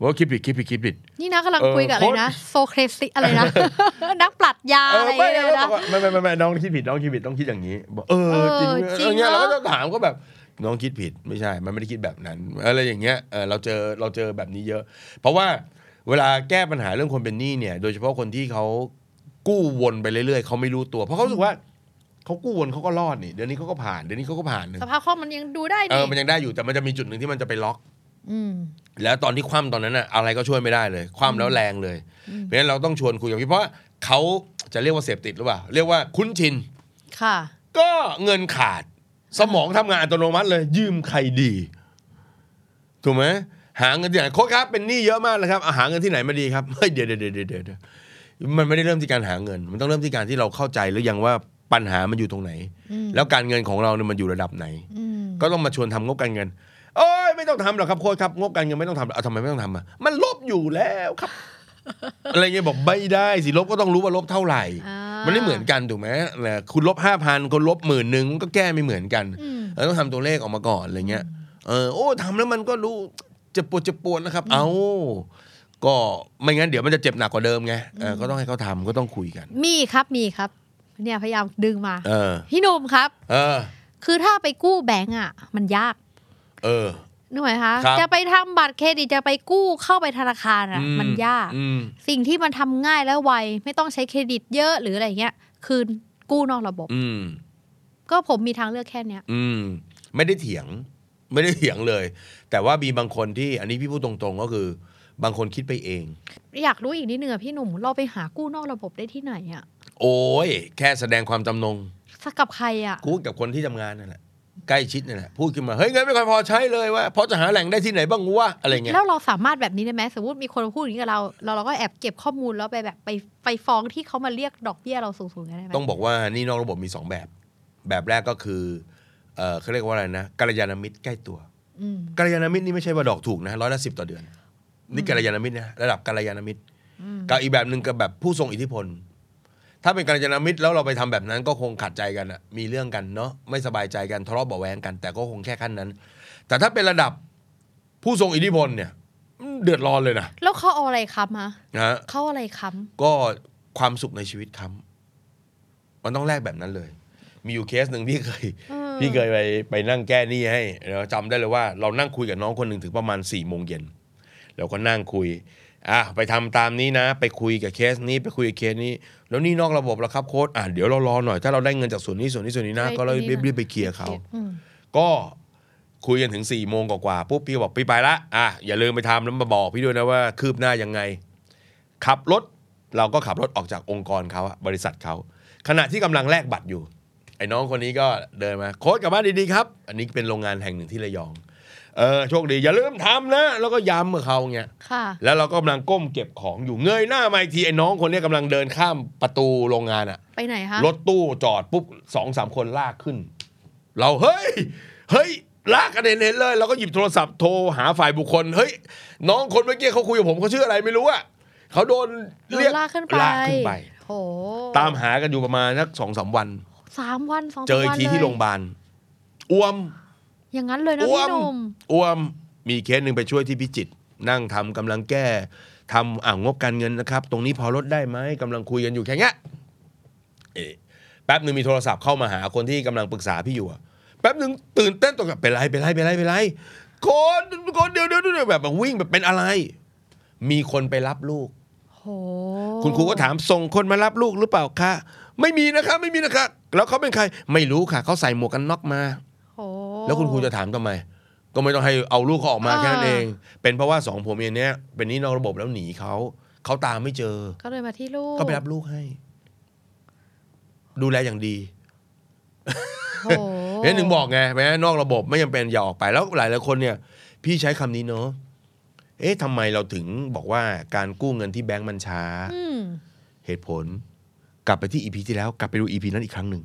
S1: ว่าคิดผิดคิดผิดคิดผิด
S2: นี่นะกำลัง
S1: เออ
S2: คุยกับอะไร
S1: โคตร
S2: นะ โซเครซิอะไรนะ นักปรัชญา
S1: เอ
S2: อะ
S1: อ
S2: ไร
S1: ไม่
S2: เลยนะ
S1: ไม่ไม่ไม่ไม่น้องคิดผิดน้องคิดผิดต้องคิดอย่างนี้บอกเออ
S2: เออ
S1: จริง
S2: จริง
S1: เออเงี้ย
S2: เน
S1: เรา
S2: อะ
S1: ก็ต้องถามก็แบบน้องคิดผิดไม่ใช่ มันไม่ได้คิดแบบนั้นอะไรอย่างเงี้ยเออเราเจอเราเจอแบบนี้เยอะ เพราะว่าเวลาแก้ปัญหาเรื่องคนเป็นหนี้เนี่ย โดยเฉพาะคนที่เขากู้วนไปเรื่อยๆเขาไม่รู้ตัว เพราะเขารู้สึกว่าเขากู้วนเขาก็รอดนี่เดือนนี้เขาก็ผ่านเดือนนี้เขาก็ผ่านหนึ่ง
S2: สภาพคล่องมันยังดูได้
S1: เอ
S2: ดี
S1: อมันยังได้อยู่แต่มันจะมีจุดหนึ่งที่มันจะไปล็อก
S2: อืม
S1: แล้วตอนที่คว่ำตอนนั้นอะอะไรก็ช่วยไม่ได้เลย คว่ำแล้วแรงเลย เพราะฉะนั้นเราต้องชวนคุยกับพี่เพราะเขาจะเรียกว่าเสพติดหรือเปล่า เรียกว่าคุ้นชิน
S2: ค่ะ
S1: ก็เงินขาดสมองทำงานอัตโนมัติเลย ยืมใครดี ถูกไหมหาเงินที่ไหนโค้ชครับเป็นหนี้เยอะมากเลยครับอ่ะหาเงินที่ไหนมาดีครับเฮ้ยเดี๋ยวเดี๋ยวเดี๋ยวเดี๋ยวเดี๋ยวมันไม่ได้เริ่มที่การหาเงิน มันต้องเริ่มที่การที่เราเข้าใจหรือยังว่าปัญหามันอยู่ตรงไหน
S2: อืม
S1: แล้วการเงินของเราเนี่ยมันอยู่ระดับไหน
S2: อืม
S1: ก็ต้องมาชวนทำงบการเงิน โอ้ยไม่ต้องทำหรอกครับโค้ชครับงบการเงินไม่ต้องทำเอาทำไมไม่ต้องทำอ่ะมันลบอยู่แล้วครับ อะไรเงี้ยบอกไม่ได้สิลบก็ต้องรู้ว่าลบเท่าไหร่
S2: อ่ามั
S1: มันไม่เหมือนกันถูกไหมแหละคุณลบห้าพันคนลบหมื่นหนึ่งก็แก้ไม่เหมือนกัน
S2: อืม
S1: เออต้องทำตัวเลขออกมาก่อนอะไรเงี้ยเออโอ้ทำแล้วมันก็รู้เจ็บปวดเจ็บปวดนะครับ เอาก็ไม่งั้นเดี๋ยวมันจะเจ็บหนักกว่าเดิมไงเออก็ต้องให้เขาทำก็ต้องคุยกัน
S2: มีครับมีครับ เนี่ยพยายามดึงมา
S1: เออ
S2: พี่หนุ่มครับ
S1: เออ
S2: คือถ้าไปกู้แบงก์อ่ะ มันยาก
S1: เออ
S2: นึกไหมคะ
S1: ครับ
S2: จะไปทำบัตรเครดิตจะไปกู้เข้าไปธนาคาร
S1: อื
S2: อ่ะ มันยาก
S1: อืม
S2: สิ่งที่มันทำง่ายและไว ไม่ต้องใช้เครดิตเยอะหรืออะไรเงี้ย คือกู้นอกระบบ
S1: อืม
S2: ก็ผมมีทางเลือกแค่เนี้ย
S1: อืมไม่ได้เถียงไม่ได้เถียงเลย แต่ว่ามีบางคนที่อันนี้พี่พูดตรงๆก็คือ บางคนคิดไปเอง
S2: อยากรู้อีกนิดนึงอะพี่หนุ่มเราไปหากู้นอกระบบได้ที่ไหนอะ
S1: โอ้ยแค่แสดงความจำนง
S2: สักกับใครอะ
S1: กูกับคนที่ทำงานนั่นแหละใกล้ชิดนั่นแหละพูดขึ้นมาเฮ้ยเงินไม่ค่อยพอใช้เลยว่าพอจะหาแหล่งได้ที่ไหนบ้างวะอะไรเงี้ย
S2: แล้วเราสามารถแบบนี้ได้ไหมสมมติมีคนมาพูดอย่างนี้กับเรา เราเราก็แอบเก็บข้อมูลแล้วไปแบบไปไปฟ้องที่เขามาเรียกดอกเบี้ยเราสูงๆกันได้ไหม
S1: ต้องบอกว่านี่นอกระบบมีสองแบบ แบบแรกก็คือเออเขาเรียกว่าอะไรนะกัลยาณมิตรใกล้ตัว
S2: อืม
S1: กัลยาณมิตรนี่ไม่ใช่ว่าดอกถูกนะร้อยละสิบต่อเดือน นี่กัลยาณมิตรนะระดับกัลยาณมิตร
S2: อืม
S1: กับอีกแบบหนึ่งกับแบบผู้ทรงอิทธิพล ถ้าเป็นการจนามิตรแล้วเราไปทำแบบนั้นก็คงขัดใจกันอะมีเรื่องกันเนาะไม่สบายใจกันทะเลาะเบาะแวงกัน แต่ก็คงแค่ขั้นนั้น แต่ถ้าเป็นระดับผู้ทรงอิทธิพลเนี่ยอืมเดือดร้อนเลยนะ
S2: แล้วเขาเอาอะไรค้ำฮะ
S1: นะฮะ
S2: เขาเอาอะไรค้
S1: ก็ความสุขในชีวิตค้ำมันต้องแลกแบบนั้นเลย มีอยู่เคสหนึ่งที่เคย
S2: ำเออ
S1: พี่เคยไปไปนั่งแก้หนี้ให้เราจำได้เลยว่าเรานั่งคุยกับน้องคนหนึ่งถึงประมาณ4ี่โมงเย็นเราก็นั่งคุยอ่ะไปทำตามนี้นะ ไปคุยกับเคสนี้ไปคุยกับเคสนี้ แล้วหนี่นอกระบบแล้วครับโค้ดอ่ะเดี๋ยวเรารอหน่อยถ้าเราได้เงินจากส่วนนี้ส่วนนี้ส่วนนี้นะก็เรารีบรีบไปเคลียร์เขา
S2: อืม
S1: ก็คุยกันถึง4ี่โมงกว่าๆปุ๊บพี่ก็บอกพี่ไปละอ่ะอย่าลืมไปทำแล้วมาบอกพี่ด้วยนะว่าคืบหน้ายังไง ขับรถเราก็ขับรถออกจากองค์กรเขาอะบริษัทเขาขณะที่กำลังแลกบัตรอยู่ ไอ้น้องคนนี้ก็เดินมา โค้ดกลับบ้านดีๆครับ อันนี้เป็นโรงงานแห่งหนึ่งที่ระยอง เออโชคดีอย่าลืมทำนะ แล้วก็ย้ำเมื่อเขาเงี้ย
S2: ค่ะ
S1: แล้วเราก็กำลังก้มเก็บของอยู่เงยหน้ามาอีกทีไอ้น้องคนเนี้ยกำลังเดินข้ามประตูโรงงานอะ
S2: ไปไหนคะ
S1: รถตู้จอดปุ๊บสองสามคนลากขึ้น เราเฮ้ย เฮ้ย ลากกันเห็นๆเลยเราก็หยิบโทรศัพท์โทรหาฝ่ายบุคคล เฮ้ย น้องคนเมื่อกี้เขาคุยกับผมเขาชื่ออะไรไม่รู้อะเขาโดน
S2: โดน
S1: เรียก
S2: ลากขึ้นไป
S1: ลากขึ้นไป
S2: โห
S1: ตามหากันอยู่ประมาณสักสองสามวัน
S2: สามวันสองสาม
S1: เจออีก
S2: วัน
S1: ที
S2: ล
S1: ที่โรงพยาบาลอ้วม
S2: อย่างนั้นเลยนะ
S1: อ้ว
S2: พี่
S1: ม
S2: หนุ่ม
S1: อ้วมมีเคสหนึ่งไปช่วยที่พิจิตรนั่งทำกำลังแก้ทำอ่างงบการเงินนะครับ ตรงนี้พอลดได้ไหมกำลังคุยกันอยู่แค่เนี้ยเอ๊ะแป๊บหนึ่งมีโทรศัพท์เข้ามาหาคนที่กำลังปรึกษาพี่อยู่อะแป๊บหนึ่งตื่นเต้นตกใจเป็นไรเป็นไรเป็นไรเป็นไรคนคนเดียวเดียวเดียวแบบวิ่งแบบเป็นอะไร มีคนไปรับลูก
S2: โห
S1: คุณครูก็ถามส่งคนมารับลูกหรือเปล่าคะไม่มีนะคะไม่มีนะคะแล้วเขาเป็นใครไม่รู้ค่ะเขาใส่หมวกกันน็อกมา
S2: โห
S1: แล้วคุณครูจะถามทำไม ก็ไม่ต้องให้เอาลูกเขาออกมา
S2: อ่า
S1: แค่นั้นเอง เป็นเพราะว่าสองผัวเมียเนี้ยเป็นหนี่นอกระบบแล้วหนีเขาเขาตามไม่เจอ
S2: ก็เลยมาที่ลูก
S1: ก็ไปรับลูกให้ ดูแลอย่างดี
S2: โห
S1: เพราะฉะนั้นถึงบอกไงแม้นอกระบบไม่จำเป็นอย่าออกไปแล้วหลายหลายๆคนเนี่ย พี่ใช้คำนี้เนาะเอ๊ะทำไมเราถึงบอกว่าการกู้เงินที่แบงก์มันช้า
S2: อืม
S1: เหตุผล กลับไปที่อีพีที่แล้วกลับไปดูอีพีนั้นอีกครั้งหนึ่ง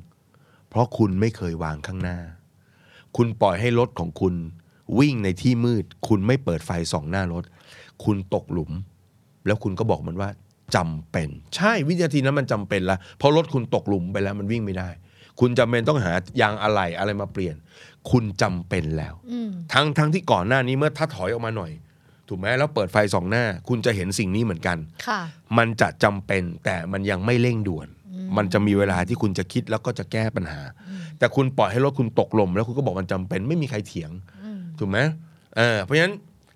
S1: เพราะคุณไม่เคยวางข้างหน้า คุณปล่อยให้รถของคุณ วิ่งในที่มืด คุณไม่เปิดไฟส่องหน้ารถ คุณตกหลุม แล้วคุณก็บอกมันว่าจำเป็น ใช่วินาทีนั้นมันจำเป็นละเพราะรถคุณตกหลุมไปแล้วมันวิ่งไม่ได้ คุณจำเป็นต้องหายางอะไหล่อะไรมาเปลี่ยน คุณจำเป็นแล้ว
S2: อืม
S1: ทั้งทั้งที่ก่อนหน้านี้เมื่อถ้าถอยออกมาหน่อย ถูกไหมแล้วเปิดไฟส่องหน้า คุณจะเห็นสิ่งนี้เหมือนกัน
S2: ค่ะ
S1: มันจะจำเป็นแต่มันยังไม่เร่งด่วน
S2: อืม
S1: มันจะมีเวลาที่คุณจะคิดแล้วก็จะแก้ปัญหา แต่คุณปล่อยให้รถคุณตกลม แล้วคุณก็บอกมันจำเป็นไม่มีใครเถียง
S2: อืม
S1: ถูกไหมเออเพราะฉะนั้น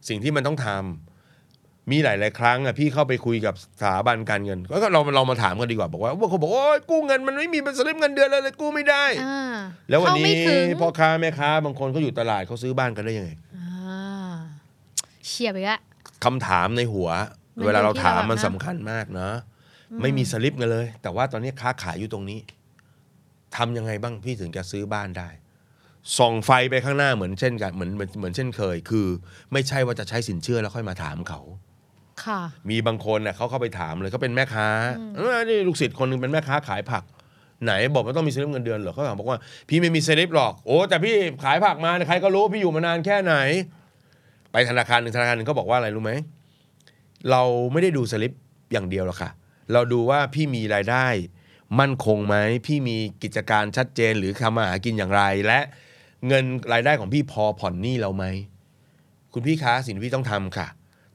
S1: สิ่งที่มันต้องทำมีหลาย ๆ ครั้งอ่ะพี่เข้าไปคุยกับสถาบันการเงินแล้วก็เราเรามาถามกันดีกว่าบอกว่าว่าเขาบอกว่าโอ๊ยกู้เงินมันไม่มีเป็นสลิปเงินเดือนเลยเลยกู้ไม่ได้
S2: อ่า
S1: แล้ววัน
S2: เข้าไม่
S1: นี้
S2: ถึง
S1: พ่อค้าแม่ค้าบางคนเขาอยู่ตลาดเขาซื้อบ้านกันได้ยังไง
S2: อ่าเฉียบอีกแล้ว
S1: คำถามในหัว
S2: มันอยู่
S1: เวลาเราถาม
S2: ที่ระดับ
S1: มัน
S2: นะ
S1: สำคัญมากนะ ไม่มีสลิปกันเลย แต่ว่าตอนนี้ค้าขายอยู่ตรงนี้ทำยังไงบ้างพี่ถึงจะซื้อบ้านได้ส่องไฟไปข้างหน้าเหมือนเช่นกันเหมือนเหมือนเหมือนเช่นเคย คือ ไม่ใช่ว่าจะใช้สินเชื่อแล้วค่อยมาถามเขา
S2: ค่ะ
S1: มีบางคนเน่ะเขาเข้าไปถามเลยเขาเป็นแม่ค้าเออนี่ลูกศิษย์คนหนึงเป็นแม่ค้าขายผัก ไหนบอกว่าต้องมีสลิปเงินเดือนเหรอเขาถามบอกว่าพี่ไม่มีสลิปหรอกโอ้แต่พี่ขายผักมาเนี่ยใครก็รู้พี่อยู่มานานแค่ไหน ไปธนาคารหนึ่งธนาคารหนึ่งเขาบอกว่าอะไรรู้ไหมเราไม่ได้ดูสลิปอย่างเดียวหรอกค่ะ เราดูว่าพี่มีรายได้ มั่นคงไหมพี่มีกิจการชัดเจนหรือทำมาหากินอย่างไร และเงินรายได้ของพี่พอผ่อนหนี้เราไหม คุณพี่คะสิ่งที่พี่ต้องทำค่ะ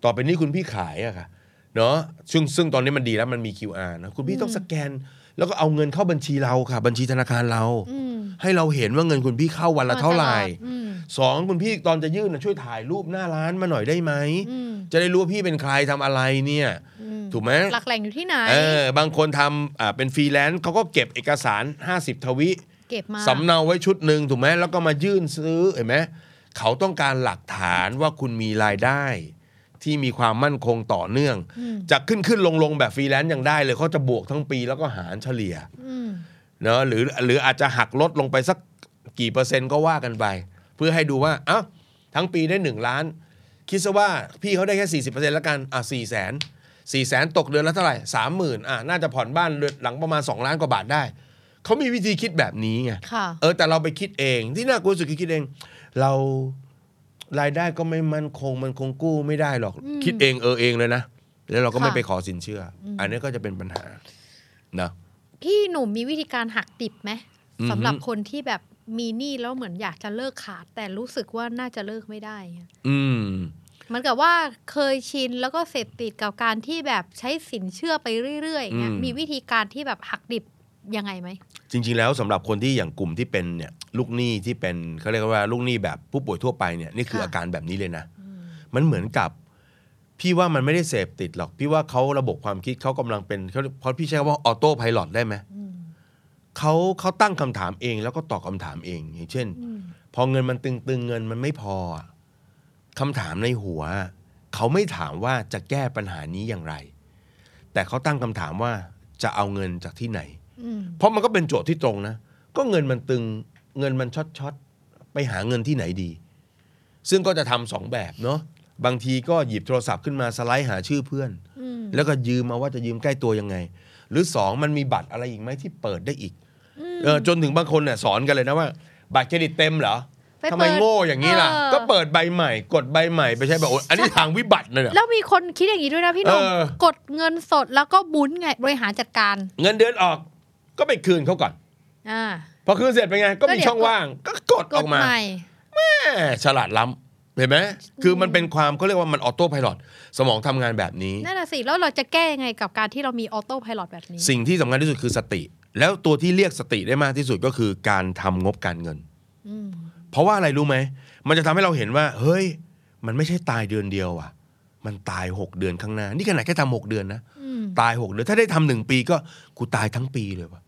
S1: ต่อไปนี้คุณพี่ขายอะค่ะเนาะซึ่งซึ่งตอนนี้มันดีแล้วมันมี QR นะคุณพี่ต้องสแกน แล้วก็เอาเงินเข้าบัญชีเราค่ะ บัญชีธนาคารเรา
S2: อืม
S1: ให้เราเห็นว่าเงินคุณพี่เข้าวันละเท่าไหร่
S2: มตลอดอืม
S1: สองคุณพี่ตอนจะยื่นนะช่วยถ่ายรูปหน้าร้านมาหน่อยได้ไหม
S2: อืม
S1: จะได้รู้ว่าพี่เป็นใครทำอะไรเนี่ย
S2: อืม
S1: ถูกไหม
S2: หลักแหล่งอยู่ที่ไหน
S1: เออบางคนทำอ่าเป็นฟรีแลนซ์เขาก็เก็บเอกสาร 50 ทวิ
S2: เก็บมา
S1: สำเนาไว้ชุดหนึ่งถูกไหมแล้วก็มายื่นซื้อเห็นไหมเขาต้องการหลักฐานว่าคุณมีรายได้ ที่มีความมั่นคงต่อเนื่อง
S2: อืม
S1: จะขึ้นขึ้นลงลงแบบฟรีแลนซ์ยังได้เลยเขาจะบวกทั้งปีแล้วก็หารเฉลี่ย
S2: อืม
S1: เนอะหรือหรืออาจจะหักลดลงไปสักกี่เปอร์เซ็นต์ก็ว่ากันไป เพื่อให้ดูว่าเอ้าทั้งปีได้ 1 ล้าน คิดซะว่าพี่เขาได้แค่ 40%แล้วกันอ่ะ4แสน4แสนตกเดือนละเท่าไหร่30,000อ่ะน่าจะผ่อนบ้านเดือนหลังประมาณ 2 ล้านกว่าบาทได้ เขามีวิธีคิดแบบนี้ไง
S2: ค่ะ
S1: เออแต่เราไปคิดเองที่น่ากลัวสุดคือคิดเอง เรารายได้ก็ไม่มั่นคงมันคงกู้ไม่ได้หรอก
S2: อืม
S1: คิดเองเออเองเลยนะ แล้วเราก็ไม่
S2: ค่ะ
S1: ไปขอสินเชื่ออ
S2: ม
S1: อันนี้ก็จะเป็นปัญหานะ
S2: พี่หนุ่มมีวิธีการหักดิบไหมสำหรับ
S1: อือฮึ
S2: คนที่แบบมีหนี้แล้วเหมือนอยากจะเลิกขาด แต่รู้สึกว่าน่าจะเลิกไม่ได้เงี้ย
S1: อืม
S2: มันกับว่าเคยชินแล้วก็เสพติดกับการที่แบบใช้สินเชื่อไปเรื่อยๆเงี้ย
S1: อืม
S2: มีวิธีการที่แบบหักดิบยังไงไหม
S1: จริง ๆ แล้วสำหรับคนที่อย่างกลุ่มที่เป็นเนี่ยลูกหนี้ที่เป็นเขาเรียกว่าลูกหนี้แบบผู้ป่วยทั่วไปเนี่ยนี่คืออาการแบบนี้เลยนะ มันเหมือนกับพี่ว่ามันไม่ได้เสพติดหรอก พี่ว่าเขาระบบความคิดเขากำลังเป็นเขาเพราะพี่ใช้คำว่าออโต้ไพลอตได้ไหม
S2: อืม
S1: เขาเขาตั้งคำถามเองแล้วก็ตอบคำถามเองอย่างเช่น
S2: อืม
S1: พอเงินมันตึงๆเงินมันไม่พออะคำถามในหัว เขาไม่ถามว่าจะแก้ปัญหานี้อย่างไร แต่เขาตั้งคำถามว่าจะเอาเงินจากที่ไหน
S2: อืม
S1: เพราะมันก็เป็นโจทย์ที่ตรงนะ ก็เงินมันตึงเงินมันช็อตๆไปหาเงินที่ไหนดี ซึ่งก็จะทำสองแบบเนาะบางทีก็หยิบโทรศัพท์ขึ้นมาสไลด์หาชื่อเพื่อน
S2: อืม
S1: แล้วก็ยืมมาว่าจะยืมใกล้ตัวยังไง หรือสองมันมีบัตรอะไรอีกไหมที่เปิดได้อีกเออจนถึงบางคนเนี่ยสอนกันเลยนะว่า บัตรเครดิตเต็มเหรอ
S2: ปเปิด
S1: ทำไมโง่อย่างนี้ล่ะ
S2: เออ
S1: ก็เปิดใบใหม่ กดใบใหม่ไปใช้แบบโอ้ยอันนี้ทางวิบัตินะเนี่ย
S2: แล้วมีคนคิดอย่างนี้ด้วยนะพี่หนุ่ม
S1: เออ
S2: กดเงินสดแล้วก็บุนไงบริหารจัดการ
S1: เงินเดือนออกก็ไปคืนเขาก่อน
S2: อ่า
S1: พอคืนเสร็จเป็นไง ก็
S2: ก็
S1: มี
S2: เดี๋ยว
S1: ช่องว่างก็กด
S2: ก
S1: อ
S2: ด
S1: อกมา
S2: ใหม่
S1: แม่ฉลาดล้ำเห็นไหมคือมันเป็นความเขาเรียกว่ามันออโต้ไพลอตสมองทำงานแบบนี้
S2: นั่นน่ะสิ แล้วเราจะแก้ยังไงกับการที่เรามีออโต้พายロแบบนี้
S1: สิ่งที่สำคัญที่สุดคือสติ แล้วตัวที่เรียกสติได้มากที่สุดก็คือการทำงบการเงิน
S2: อืม
S1: เพราะว่าอะไรรู้ไหม มันจะทำให้เราเห็นว่า เฮ้ย มันไม่ใช่ตายเดือนเดียวอ่ะ มันตาย 6 เดือนข้างหน้า นี่ขนาดแค่ทำหกเดือนนะ
S2: อืม
S1: ตาย 6 เดือน ถ้าได้ทำหนึ่งปีก็กูตายทั้งปีเลยว่ะ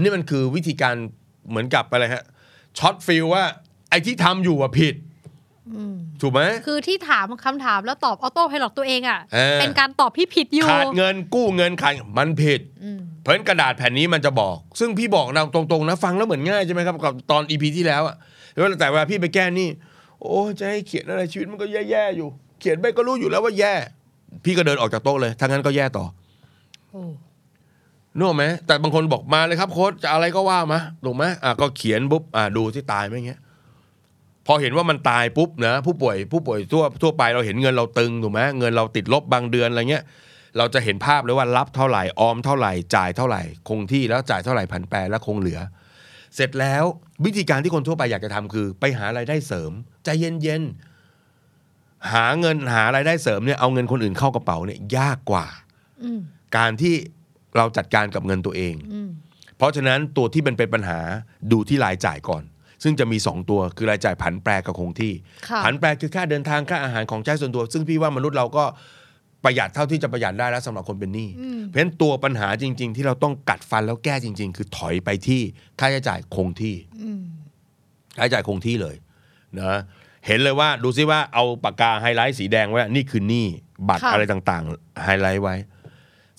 S1: นี่มันคือวิธีการเหมือนกับอะไรฮะ ช็อตฟิลว่าไอ้ที่ทำอยู่อ่ะผิด
S2: อืม
S1: ถูกไหม
S2: คือที่ถามคำถามแล้วตอบออโต้พายロตัวเองอ่ะ
S1: เออ
S2: เป็นการตอบที่ผิดอยู่
S1: ขาดเงินกู้เงินขาดมันผิด
S2: อืม
S1: เพราะฉะนั้นกระดาษแผ่นนี้มันจะบอก ซึ่งพี่บอกเราตรงๆนะฟังแล้วเหมือนง่ายใช่ไหมครับกับตอนอีพีที่แล้วอะแล้วแต่เวลาพี่ไปแก้หนี่ โอ้จะให้เขียนอะไรชีวิตมันก็แย่ๆอยู่ เขียนไปก็รู้อยู่แล้วว่าแย่ พี่ก็เดินออกจากโต๊ะเลยถ้างั้นก็แย่ต่อ
S2: โอ้
S1: นึกออกไหมแต่บางคนบอกมาเลยครับโค้ชจะอะไรก็ว่ามาถูกไหมอ่ะก็เขียนปุ๊บอ่ะดูที่ตายไหมเงี้ยพอเห็นว่ามันตายปุ๊บนะผู้ป่วยผู้ป่วยทั่วทั่วไปเราเห็นเงินเราตึงถูกไหมเงินเราติดลบบางเดือนอะไรเงี้ย เราจะเห็นภาพเลยว่ารับเท่าไหร่ออมเท่าไหร่ จ่ายเท่าไหร่ คงที่แล้วจ่ายเท่าไหร่ผันแปรแล้วคงเหลือ เสร็จแล้ววิธีการที่คนทั่วไปอยากจะทำคือ ไปหารายได้เสริมใจเย็นๆหาเงินหารายได้เสริมเนี่ยเอาเงินคนอื่นเข้ากระเป๋าเนี่ยยากกว่า
S2: อืม
S1: การที่เราจัดการกับเงินตัวเอง
S2: อืม
S1: เพราะฉะนั้นตัวที่มันเป็นปัญหาดูที่รายจ่ายก่อน ซึ่งจะมี 2 ตัวคือรายจ่ายผันแปรกับคงที่
S2: ค่ะ
S1: ผันแปรคือค่าเดินทางค่าอาหารของใช้ส่วนตัว ซึ่งพี่ว่ามนุษย์เราก็ประหยัดเท่าที่จะประหยัดได้แล้วสำหรับคนเป็นหนี้
S2: อืม
S1: เพราะฉะนั้นตัวปัญหาจริง ๆ ที่เราต้องกัดฟันแล้วแก้จริง ๆ คือถอยไปที่ค่าใช้จ่ายคงที่
S2: อืม
S1: ค่าใช้จ่ายคงที่เลยนะเห็นเลยว่าดูซิว่าเอาปากกาไฮไลท์สีแดงไว้นี่คือหนี้บัตรอะไรต่างๆไฮไลท์ไว้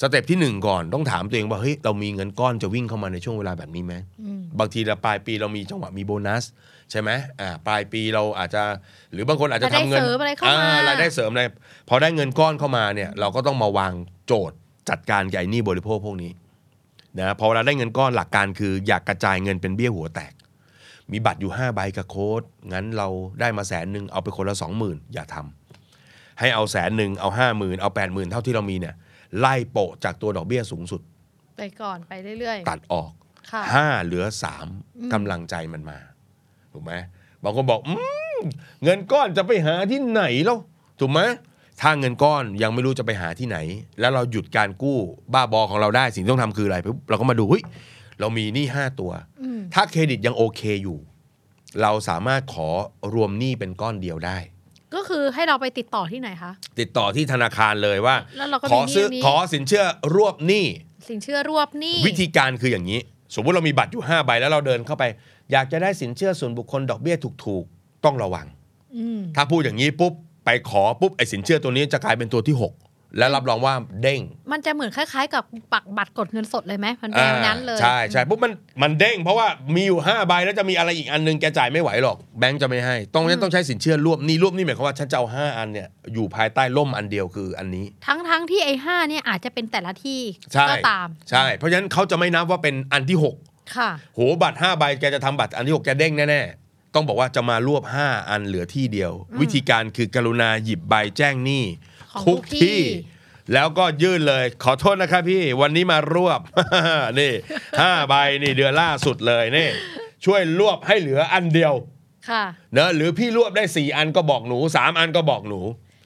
S1: สเต็ปที่หนึ่งก่อนต้องถามตัวเองว่าเฮ้ยเรามีเงินก้อนจะวิ่งเข้ามาในช่วงเวลาแบบนี้ไหม
S2: อืม
S1: บางทีเราปลายปีเรามีจังหวะมีโบนัส ใช่ไหมอ่าปลายปีเราอาจจะหรือบางคนอาจจะ
S2: รายได้
S1: ทำเงิ
S2: เส
S1: น
S2: ริมอะไรเข้า
S1: อ่า
S2: มา
S1: รายได้เสริมอะไรพอได้เงินก้อนเข้ามาเนี่ย เราก็ต้องมาวางโจทย์จัดการใหญ่หนี้บริโภคพวกนี้นะพอเราได้เงินก้อนหลักการคืออยากกระจายเงินเป็นเบี้ยหัวแตก มีบัตรอยู่ 5 ใบกับโค้ดงั้นเราได้มาแสนหนึ่งเอาไปคนละ 20,000 อย่าทำให้เอาแสนหนึ่งเอา 50,000 เอา 80,000 เท่าที่เรามีเนี่ยไล่โปะจากตัวดอกเบี้ยสูงสุด
S2: ไปก่อนไปเรื่อย
S1: ตัดออก
S2: ๆ ค่ะ
S1: ห้าเหลือสาม
S2: อืม
S1: กำลังใจมันมา ถูกไหมบางคนบอกอืมเงินก้อนจะไปหาที่ไหนแล้วถูกไหมถ้าเงินก้อนยังไม่รู้จะไปหาที่ไหน แล้วเราหยุดการกู้บ้าบอของเราได้สิ่งที่ต้องทำคืออะไรปุ๊บเราก็มาดูเฮ้ยเรามีหนี้ห้าตัว
S2: อืม
S1: ถ้าเครดิตยังโอเคอยู่ เราสามารถขอรวมหนี้เป็นก้อนเดียวได้
S2: ก็คือให้เราไปติดต่อที่ไหนคะ
S1: ติดต่อที่ธนาคารเลยว่า
S2: แล้วเราก็
S1: ขอ
S2: มีห
S1: ซื้อ
S2: นี้นี้
S1: ขอสินเชื่อรวบหนี้
S2: สินเชื่อรวบหนี้
S1: วิธีการคืออย่างนี้ สมมุติเรามีบัตรอยู่ 5 ใบแล้วเราเดินเข้าไป อยากจะได้สินเชื่อส่วนบุคคลดอกเบี้ยถูกๆ ต้องระวัง
S2: อืม
S1: ถ้าพูดอย่างนี้ปุ๊บ ไปขอปุ๊บไอ้สินเชื่อตัวนี้จะกลายเป็นตัวที่ 6 และรับรองว่าเด้ง
S2: มันจะเหมือนคล้ายๆ กับปักบัตรกดเงินสดเลยไหมมันแนวนั้นเลย
S1: อ่าใช่ใช่ปุ๊บมันมันเด้ง เพราะว่ามีอยู่ 5 ใบแล้วจะมีอะไรอีกอันหนึงแกจ่ายไม่ไหวหรอกแบงก์จะไม่ให้ต้อง
S2: อืม
S1: ต้องใช้สินเชื่อร่วมหนี่ร่วมหนี่หมายความว่าฉันจะเอาห้าอันเนี่ยอยู่ภายใต้ร่มอันเดียวคืออันนี้
S2: ทั้งๆที่ไอ้ห้าเนี่ยอาจจะเป็นแต่ละที่
S1: ใช่
S2: ก็ตาม
S1: ใช่ เพราะฉะนั้นเขาจะไม่นับว่าเป็นอันที่หก
S2: ค่ะ
S1: โหบัตร5ใบแกจะทำบัตรอันที่6แกเด้งแน่ๆ ต้องบอกว่าจะมารวบ 5 อันเหลือที่เดียว
S2: อืม
S1: วิธีการคือกรุณาหยิบใบแจ้งหนี้
S2: ของ
S1: ทุก
S2: ทุกที่
S1: ที่ แล้วก็ยื่นเลยขอโทษนะครับพี่วันนี้มารวบ นี่5ใบนี่เดือนล่าสุดเลยนี่ ช่วยรวบให้เหลืออันเดียว
S2: ค่ะ
S1: เนอะหรือพี่รวบได้ 4 อันก็บอกหนู 3 อันก็บอกหนู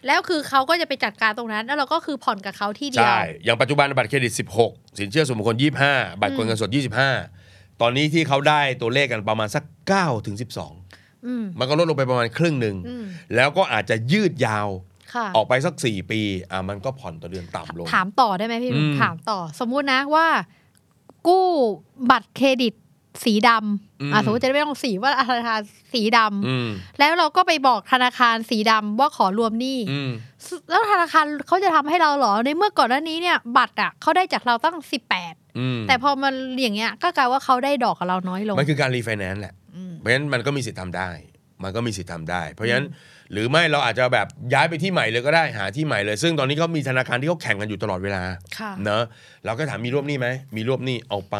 S2: แล้วคือเขาก็จะไปจัดการตรงนั้น แล้วเราก็คือผ่อนกับเขาที่เดียว
S1: ใช่ อย่างปัจจุบันบัตรเครดิต 16 สินเชื่อส่วนบุคคล 25 บัตรกดเงินสด 25 ตอนนี้ที่เขาได้ตัวเลขกันประมาณสัก9ถึง12
S2: อืม
S1: มันก็ลดลงไปประมาณครึ่งหนึ่ง
S2: อืม
S1: แล้วก็อาจจะยืดยาว
S2: ค่ะ
S1: ออกไปสัก 4 ปีอ่ะมันก็ผ่อนต่อเดือนต่ำลง
S2: ถามต่อได้ไหมพี่ลุ
S1: อื
S2: ง
S1: ม
S2: ถามต่อ สมมุตินะว่า กู้บัตรเครดิตสีดำอ่ะสมมติจะได้ไม่ต้องสีว่าธนาคารสีดำ
S1: อืม
S2: แล้วเราก็ไปบอกธนาคารสีดำว่าขอรวมหนี้
S1: อืม
S2: แล้วธนาคารเขาจะทำให้เราเหรอในเมื่อก่อนหน้านี้เนี่ย บัตรอ่ะเขาได้จากเราตั้ง 18
S1: อืม
S2: แต่พอมันอย่างเงี้ยก็กลายว่าเขาได้ดอกกับเราน้อยลง
S1: มันคือการรีไฟแนนซ์แหละ
S2: ม
S1: เพราะฉะนั้นมันก็มีสิทธิ์ทำได้ มันก็มีสิทธิ์ทำได้ เพราะฉะนั้นหรือไม่เราอาจจะแบบย้ายไปที่ใหม่เลยก็ได้หาที่ใหม่เลย ซึ่งตอนนี้ก็มีธนาคารที่เขาแข่งกันอยู่ตลอดเวลา
S2: ค่ะ
S1: เนอะเราก็ถามมีรวบหนี้ไหมมีรวบหนี้เอาไป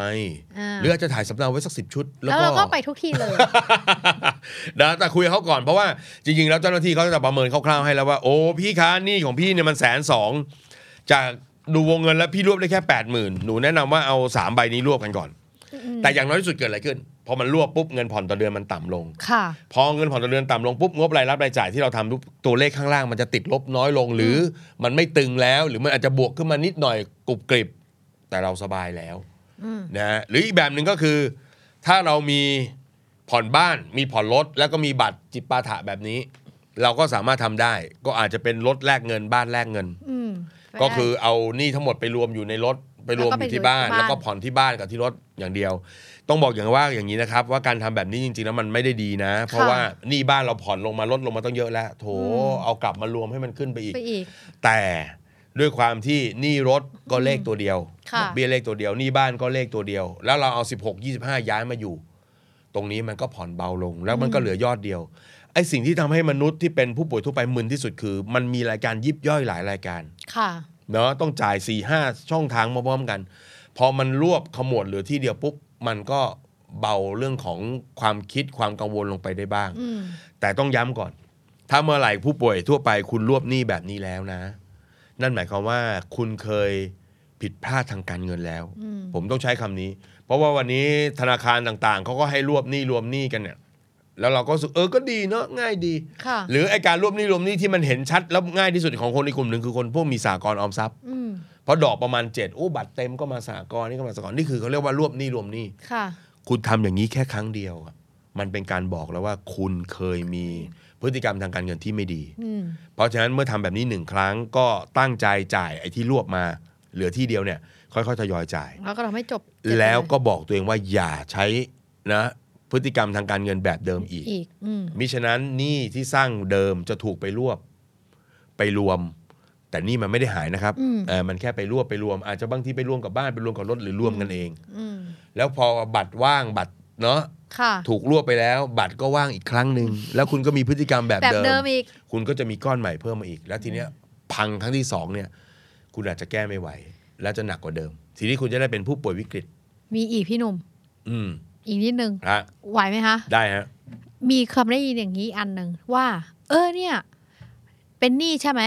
S2: อ่า
S1: หรืออาจจะถ่ายสำเนาไว้สักสิบชุด
S2: แล้วเราก็ไปทุกที่ เลย
S1: นะแต่คุยกับเขาก่อนเพราะว่าจริงๆ แล้วเจ้าหน้าที่เขาจะประเมินคร่าวๆให้แล้วว่า โอ้พี่คะหนี้ของพี่เนี่ยมันแสนสองจากดูวงเงินแล้วพี่รวบได้แค่แปดหมื่นหนูแนะนำว่าเอาสามใบนี้รวบกันก่อน แต่อย่างน้อยที่สุดเกิดอะไรขึ้นพอมันรวบปุ๊บเงินผ่อนต่อเดือนมันต่ำลง
S2: ค่ะ
S1: พอเงินผ่อนต่อเดือนต่ำลงปุ๊บงบรายรับรายจ่ายที่เราทำทุกตัวเลขข้างล่างมันจะติดลบน้อยลง หรือมันไม่ตึงแล้วหรือมันอาจจะบวกขึ้นมานิดหน่อยกรุบกริบ แต่เราสบายแล้ว
S2: อืม
S1: นะฮะหรืออีกแบบหนึ่งก็คือ ถ้าเรามีผ่อนบ้าน มีผ่อนรถแล้วก็มีบัตรจิปาถะแบบนี้ เราก็สามารถทำได้ ก็อาจจะเป็นรถแลกเงินบ้านแลกเงิน
S2: อืม
S1: ก็คือเอาหนี้ทั้งหมดไปรวมอยู่ในรถไปรวมอยู่ที่บ้าน
S2: แล้วก็ไปรวมที่บ้าน
S1: แล้วก็ผ่อนที่บ้านกับที่รถอย่างเดียว ต้องบอกอย่างว่าอย่างนี้นะครับ ว่าการทำแบบนี้จริงๆแล้วมันไม่ได้ดีนะ เพราะว่าหนี้บ้านเราผ่อนลงมาลดลงมาต้องเยอะแล้ว โถเอากลับมารวมให้มันขึ้นไปอีก
S2: ไปอีก
S1: แต่ด้วยความที่หนี้รถก็เลขตัวเดียว
S2: ค่ะ
S1: ดอกเบี้ยเลขตัวเดียวหนี้บ้านก็เลขตัวเดียว แล้วเราเอา 16 25 ย้ายมาอยู่ ตรงนี้มันก็ผ่อนเบาลง แล้วมันก็เหลือยอดเดียวไอ้สิ่งที่ทำให้มนุษย์ที่เป็นผู้ป่วยทั่วไปมึนที่สุดคือ มันมีรายการยิบย่อยหลายรายการ
S2: ค่ะ
S1: เนาะต้องจ่าย4ี่ห้าช่องทางมาพร้อมกัน พอมันรวบขมวดเหลือที่เดียวปุ๊บ มันก็เบาเรื่องของความคิดความกังวลลงไปได้บ้าง
S2: อืม
S1: แต่ต้องย้ำก่อน ถ้าเมื่อไหร่ผู้ป่วยทั่วไปคุณรวบหนี้แบบนี้แล้วนะ นั่นหมายความว่าคุณเคยผิดพลาดทางการเงินแล้ว
S2: อืม
S1: ผมต้องใช้คำนี้ เพราะว่าวันนี้ธนาคารต่างๆเขาก็ให้รวบหนี้รวมหนี้กันเนี่ย แล้วเราก็รู้สึกเออก็ดีเนาะง่ายดี
S2: ค่ะ
S1: หรือไอการรวบหนี้รวมหนี้ที่มันเห็นชัด แล้วง่ายที่สุดของคนในกลุ่มหนึ่งคือคนพวกมีสากลออมทรัพย์
S2: อืม
S1: เพราะดอกประมาณ7อู้บัตรเต็มก็มาสากลนี่ก็มาสากลนี่คือเขาเรียกว่ารวบหนี้รวมหนี้
S2: ค่ะ
S1: คุณทำอย่างนี้แค่ครั้งเดียวอะมันเป็นการบอกแล้วว่าคุณเคยมีพฤติกรรมทางการเงินที่ไม่ดี
S2: อืม
S1: เพราะฉะนั้นเมื่อทำแบบนี้หนึ่งครั้งก็ตั้งใจจ่ายไอ้ที่รวบมา เหลือที่เดียวเนี่ย ค่อยๆทยอยจ่าย
S2: แล้วก็เราไม่จบ
S1: แล้วก็บอกตัวเองว่าอย่าใช้นะพฤติกรรมทางการเงินแบบเดิมอีก
S2: อีก อืม
S1: มิฉะนั้นหนี้ที่สร้างเดิมจะถูกไปรวบไปรวม แต่หนี่มันไม่ได้หายนะครับ
S2: อืม
S1: เออมันแค่ไปรวบไปรวม อาจจะบางทีไปรวมกับบ้านไปรวมกับรถหรือรวมกันเอง
S2: อืม
S1: แล้วพอบัตรว่างบัตรเนาะ
S2: ค่ะ
S1: ถูกรวบไปแล้ว บัตรก็ว่างอีกครั้งหนึ่งแล้วคุณก็มีพฤติกรรมแบบ
S2: แบบ
S1: เดิม
S2: เดิมอีก
S1: คุณก็จะมีก้อนใหม่เพิ่มมาอีก แล้วทีเนี้ยพังครั้งที่สองเนี่ย คุณอาจจะแก้ไม่ไหว แล้วจะหนักกว่าเดิม ทีนี้คุณจะได้เป็นผู้ป่วยวิกฤต
S2: มีอีกพี่หนุ่ม
S1: อืม
S2: อีกนิดนึง
S1: ฮะ
S2: ไหวไหมคะ
S1: ได้ฮะ
S2: มีคำได้ยินอย่างนี้อันหนึ่งว่า เออเนี่ย เป็นหนี้ใช่ไหม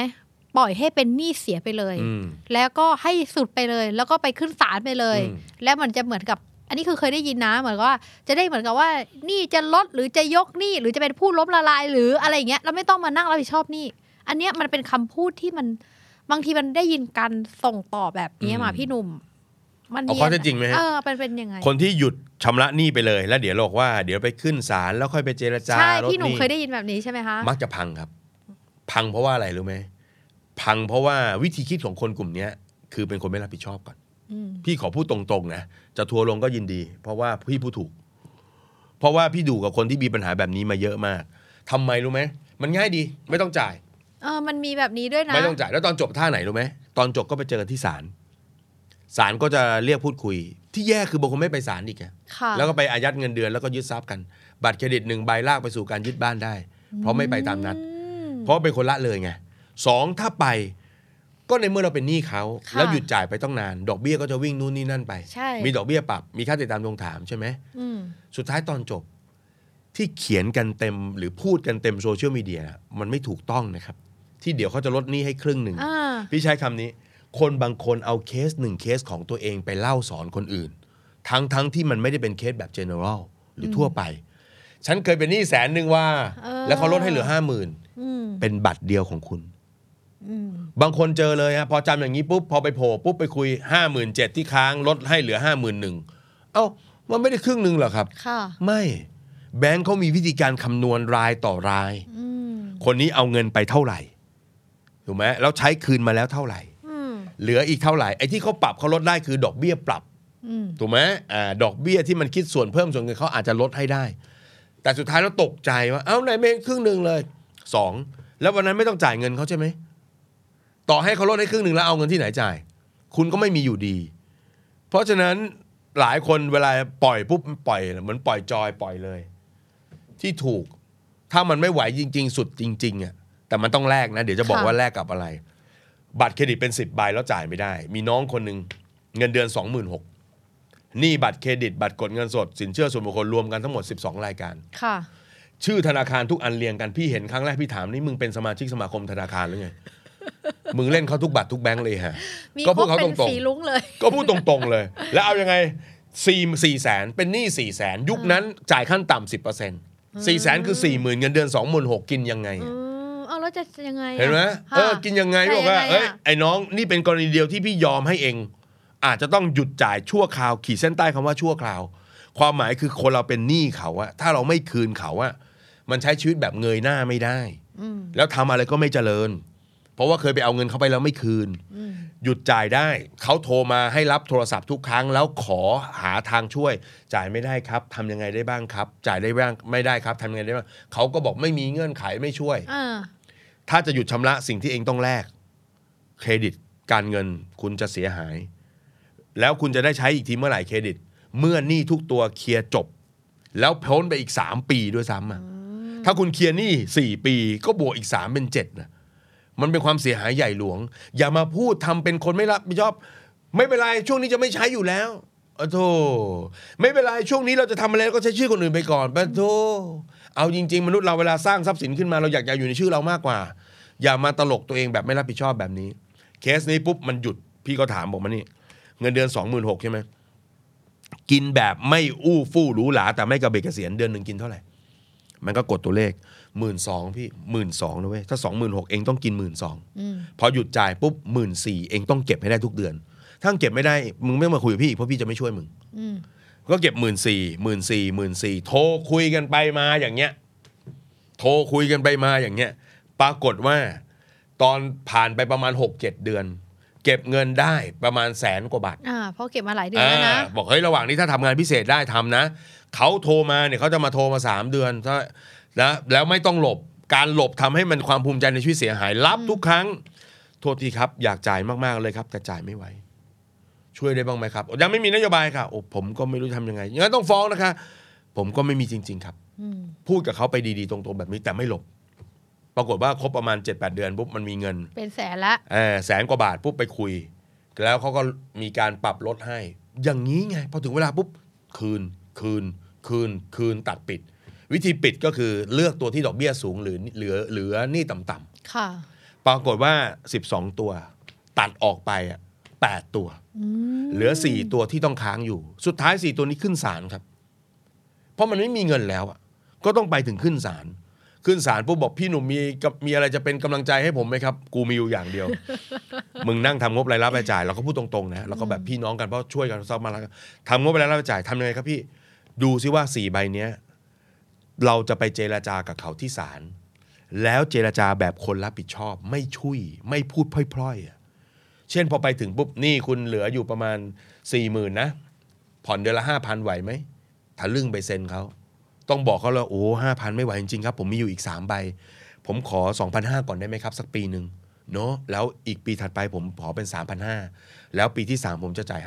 S2: ปล่อยให้เป็นหนี้เสียไปเลย
S1: อืม
S2: แล้วก็ให้สุดไปเลย แล้วก็ไปขึ้นศาลไปเลย
S1: อืม
S2: แล้วมันจะเหมือนกับ อันนี้คือเคยได้ยินนะ เหมือนกับว่า จะได้เหมือนกับว่าหนี่จะลดหรือจะยกหนี้หรือจะเป็นผู้ล้มละลาย หรืออะไรอย่างเงี้ยเราไม่ต้องมานั่งรับผิดชอบหนี้อันเนี้ยมันเป็นคำพูดที่มันบางทีมันได้ยินการส่งต่อแบบนี้มาพี่หนุ่ม มัน
S1: เอาข้อเท็จจริงไหมฮะ
S2: เออเป็นเป็นยังไง
S1: คนที่หยุดชำระหนี้ไปเลย แล้วเดี๋ยวบอกว่าเดี๋ยวไปขึ้นศาลแล้วค่อยไปเจรจา
S2: ใช่
S1: ลด
S2: พี่ห
S1: ห
S2: นุ่ม
S1: นี้
S2: เคยได้ยินแบบนี้ใช่ไหมคะ
S1: มักจะพังครับ พังเพราะว่าอะไรรู้ไหมพังเพราะว่าวิธีคิดของคนกลุ่มเนี้ยคือเป็นคนไม่รับผิดชอบก่อน
S2: อืม
S1: พี่ขอพูดตรงๆนะจะทัวร์ลงก็ยินดี เพราะว่าพี่ผู้ถูก เพราะว่าพี่ดูกับคนที่มีปัญหาแบบนี้มาเยอะมากทำไมรู้ไหมมันง่ายดี ไม่ต้องจ่าย
S2: เออมันมีแบบนี้ด้วยนะ
S1: ไม่ต้องจ่ายแล้วตอนจบท่าไหนรู้ไหมตอนจบก็ไปเจอกันที่ศาลศาลก็จะเรียกพูดคุย ที่แย่คือบางคนไม่ไปศาลอีกอะ
S2: ค่ะ
S1: แล้วก็ไปอายัดเงินเดือนแล้วก็ยึดทรัพย์กัน บัตรเครดิตหนึ่งใบลากไปสู่การยึดบ้านได้ เพราะไม่ไปตามนัด เพราะเป็นคนละเลยไงสองถ้าไปก็ในเมื่อเราเป็นหนี้เขา
S2: ค่ะ
S1: แล้วหยุดจ่ายไปต้องนาน ดอกเบี้ยก็จะวิ่งนู่นนี่นั่นไป
S2: ใช่
S1: มีดอกเบี้ยปรับมีค่าติดตามทวงถามใช่ไหม
S2: อืม
S1: สุดท้ายตอนจบที่เขียนกันเต็มหรือพูดกันเต็มโซเชียลมีเดียน่ะมันไม่ถูกต้องนะครับ ที่เดี๋ยวเขาจะลดหนี้ให้ครึ่งหนึ่ง
S2: อ่า
S1: พี่ใช้คำนี้ คนบางคนเอาเคสหนึ่งเคสของตัวเองไปเล่าสอนคนอื่น ทั้งทั้งที่มันไม่ได้เป็นเคสแบบ general หรือทั่วไป ฉันเคยเป็นหนี้แสนหนึ่งว่า แล้วเขาลดให้เหลือห้าหมื่น
S2: อืม
S1: เป็นบัตรเดียวของคุณ
S2: อืม
S1: บางคนเจอเลยฮะพอจำอย่างนี้ปุ๊บ พอไปโผล่ปุ๊บ ไปคุย 5 7 0 0 0ที่ค้างลดให้เหลือ 5 1 0 0 0เอ้า มันไม่ได้ครึ่งหนึ่งเหรอครับ
S2: ค่ะ
S1: ไม่ แบงค์เขามีวิธีการคำนวณรายต่อราย
S2: อืม
S1: คนนี้เอาเงินไปเท่าไหร่ ถูกไหมแล้วใช้คืนมาแล้วเท่าไหร่
S2: อืม
S1: เหลืออีกเท่าไหร่ไอ้ที่เขาปรับเขาลดได้คือดอกเบี้ยปรับ
S2: อืม
S1: ถูกไหมอาดอกเบี้ยที่มันคิดส่วนเพิ่มส่วนเงินเขาอาจจะลดให้ได้ แต่สุดท้ายเราตกใจว่าเอ้าไหนเมนครึ่งหนึ่งเลยสองแล้ววันนั้นไม่ต้องจ่ายเงินเขาใช่ไหมต่อให้เขาลดให้ครึ่งหนึ่งแล้วเอาเงินที่ไหนจ่าย คุณก็ไม่มีอยู่ดี เพราะฉะนั้นหลายคนเวลาปล่อยปุ๊บปล่อยเหมือนปล่อยจอยปล่อยเลย ที่ถูก ถ้ามันไม่ไหวจริง ๆ สุดจริงๆอ่ะแต่มันต้องแลกนะ เดี๋ยวจะบอก
S2: ค่ะ
S1: ว่าแลกกับอะไร บัตรเครดิตเป็นสิบใบแล้วจ่ายไม่ได้ มีน้องคนหนึ่งเงินเดือนสองหมื่นหกหนี้บัตรเครดิต บัตรกดเงินสด สินเชื่อส่วนบุคคลรวมกันทั้งหมด 12 รายการ
S2: ค่ะ
S1: ชื่อธนาคารทุกอันเรียงกันพี่เห็นครั้งแรกพี่ถามนี่มึงเป็นสมาชิกสมาคมธนาคารหรือไง มึงเล่นเขาทุกบัตรทุกแบงค์เลยฮะ
S2: มี
S1: ก็
S2: ค
S1: พ
S2: ร
S1: ว
S2: บ
S1: กเขา
S2: เป็
S1: ต
S2: น
S1: รงๆ
S2: สีลุ้งเลย
S1: ก็พูดตรงๆเลย แล้วเอายังไงสี่สี่แสนเป็นหนี้สี่แสนยุคนั้นจ่ายขั้นต่ำสิบเปอร์เซ็นต์สี่แสนคือสี่หมื่นเงินเดือนสองหมื่นหกกินยังไง
S2: อื
S1: อะ
S2: มเอาแล้วจะยังไงอะ
S1: เห็นไหม
S2: ค่ะ
S1: เออกินยังไง
S2: จ่าย
S1: บอกว่า
S2: ยังไงอะ
S1: เอ้ยไอ้น้องนี่เป็นกรณีเดียวที่พี่ยอมให้เอง อาจจะต้องหยุดจ่ายชั่วคราวขีดเส้นใต้คำว่าชั่วคราว ความหมายคือคนเราเป็นหนี้เขาอะถ้าเราไม่คืนเขาอะมันใช้ชีวิตแบบเงยหน้าไม่ได้
S2: อืม
S1: แล้วทำอะไรก็ไม่เจริญ เพราะว่าเคยไปเอาเงินเขาไปแล้วไม่คืน
S2: อืม
S1: หยุดจ่ายได้ เขาโทรมาให้รับโทรศัพท์ทุกครั้ง แล้วขอหาทางช่วย จ่ายไม่ได้ครับทำยังไงได้บ้างครับ จ่ายได้บ้างไม่ได้ครับทำยังไงได้บ้างเขาก็บอกไม่มีเงื่อนไขไม่ช่วย
S2: อ่า
S1: ถ้าจะหยุดชำระสิ่งที่เองต้องแลกเครดิตการเงินคุณจะเสียหาย แล้วคุณจะได้ใช้อีกทีเมื่อไหร่เครดิต เมื่อหนี้ทุกตัวเคลียร์จบ แล้วพ้นไปอีก 3 ปีด้วยซ้ำอะถ้าคุณเคลียร์หนี้4 ปีก็บวกอีก 3 เป็น7นะมันเป็นความเสียหายใหญ่หลวง อย่ามาพูดทำเป็นคนไม่รับผิดชอบ ไม่เป็นไรช่วงนี้จะไม่ใช้อยู่แล้วอะโธ่ไม่เป็นไรช่วงนี้เราจะทำอะไรก็ใช้ชื่อคนอื่นไปก่อนปะโธ่เอาจริง ๆ มนุษย์เราเวลาสร้างทรัพย์สินขึ้นมาเราอยากจะอยู่ในชื่อเรามากกว่า อย่ามาตลกตัวเองแบบไม่รับผิดชอบแบบนี้ เคสนี้ปุ๊บมันหยุดพี่ก็ถามบอกมานี่ เงินเดือนสองหมื่นหกใช่ไหมกินแบบไม่อู้ฟู่หรูหราแต่ไม่กระเบิดกระเสียนเดือนหนึ่งกินเท่าไหร่ มันก็กดตัวเลขหมื่นสองพี่หมื่นสองนะเว้ยถ้าสองหมื่นหกเองต้องกินหมื่นสอง
S2: อืม
S1: พอหยุดจ่ายปุ๊บหมื่นสี่เองต้องเก็บให้ได้ทุกเดือน ถ้าเก็บไม่ได้ มึงไม่ต้องมาคุยกับพี่อีกเพราะพี่จะไม่ช่วยมึง
S2: อืม
S1: ก็เก็บหมื่นสี่หมื่นสี่หมื่นสี่โทรคุยกันไปมาอย่างเงี้ย โทรคุยกันไปมาอย่างเงี้ย ปรากฏว่า ตอนผ่านไปประมาณหกเจ็ดเดือน เก็บเงินได้ประมาณแสนกว่าบาท
S2: อ่าเพราะเก็บมาหลายเดือนแล้วนะ
S1: อ่าบอกเฮ้ยระหว่างนี้ถ้าทำงานพิเศษได้ทำนะเขาโทรมาเนี่ยเขาจะมาโทรมา 3 เดือนถ้าแล้วแล้วไม่ต้องหลบการหลบทำให้มันความภูมิใจในชีวิตเสียหายรับทุกครั้ง โทษทีครับอยากจ่ายมากๆเลยครับ แต่จ่ายไม่ไหว ช่วยได้บ้างไหมครับ ยังไม่มีนโยบายค่ะโอ้ผมก็ไม่รู้ทำยังไงยังไงต้องฟ้องนะคะ ผมก็ไม่มีจริง ๆ ครับ
S2: อืม
S1: พูดกับเขาไปดีๆตรงๆแบบนี้แต่ไม่หลบ ปรากฏว่าครบประมาณ 7-8 เดือนปุ๊บมันมีเงิน
S2: เป็นแสนละ
S1: เออแสนกว่าบาทปุ๊บไปคุย แล้วเขาก็มีการปรับลดให้ อย่างนี้ไง พอถึงเวลาปุ๊บ คืน คืน คืน คืนตัดปิด วิธีปิดก็คือเลือกตัวที่ดอกเบี้ยสูงหรือเหลือเหลือหนี้ต่ำ
S2: ค่ะ
S1: ๆปรากฏว่า 12 ตัว ตัดออกไปอ่ะ8ตัว
S2: อืม
S1: เหลือ 4 ตัวที่ต้องค้างอยู่ สุดท้าย 4 ตัวนี้ขึ้นศาลครับ เพราะมันไม่มีเงินแล้วอ่ะ ก็ต้องไปถึงขึ้นศาลขึ้นศาลปุ๊บบอกพี่หนุ่มมีกับมีอะไรจะเป็นกำลังใจให้ผมไหมครับ กูมีอยู่อย่างเดียว มึงนั่งทำงบรายรับรายจ่ายเราก็พูดตรงๆนะเราก็แบบพี่น้องกันเพราะช่วยกันซักมาแล้วกันทำงบรายรับรายจ่ายทำยังไงครับพี่ ดูซิว่าสี่ใบเนี้ยเราจะไปเจรจากับเขาที่ศาลแล้วเจรจาแบบคนรับผิดชอบ ไม่ช่วยไม่พูดพร่อยๆอะเช่นพอไปถึงปุ๊บหนี่คุณเหลืออยู่ประมาณสี่หมื่นนะ ผ่อนเดือนละห้าพันไหวไหมถ้าลึ่งไปเซ็นเขา ต้องบอกเขาแล้วโอ้ห้าพันไม่ไหวจริงๆครับ ผมมีอยู่อีก 3 ใบ ผมขอ 2,500 ก่อนได้ไหมครับ สักปีหนึ่งเนาะแล้วอีกปีถัดไปผมขอเป็น 3,500 แล้วปีที่ 3 ผมจะจ่าย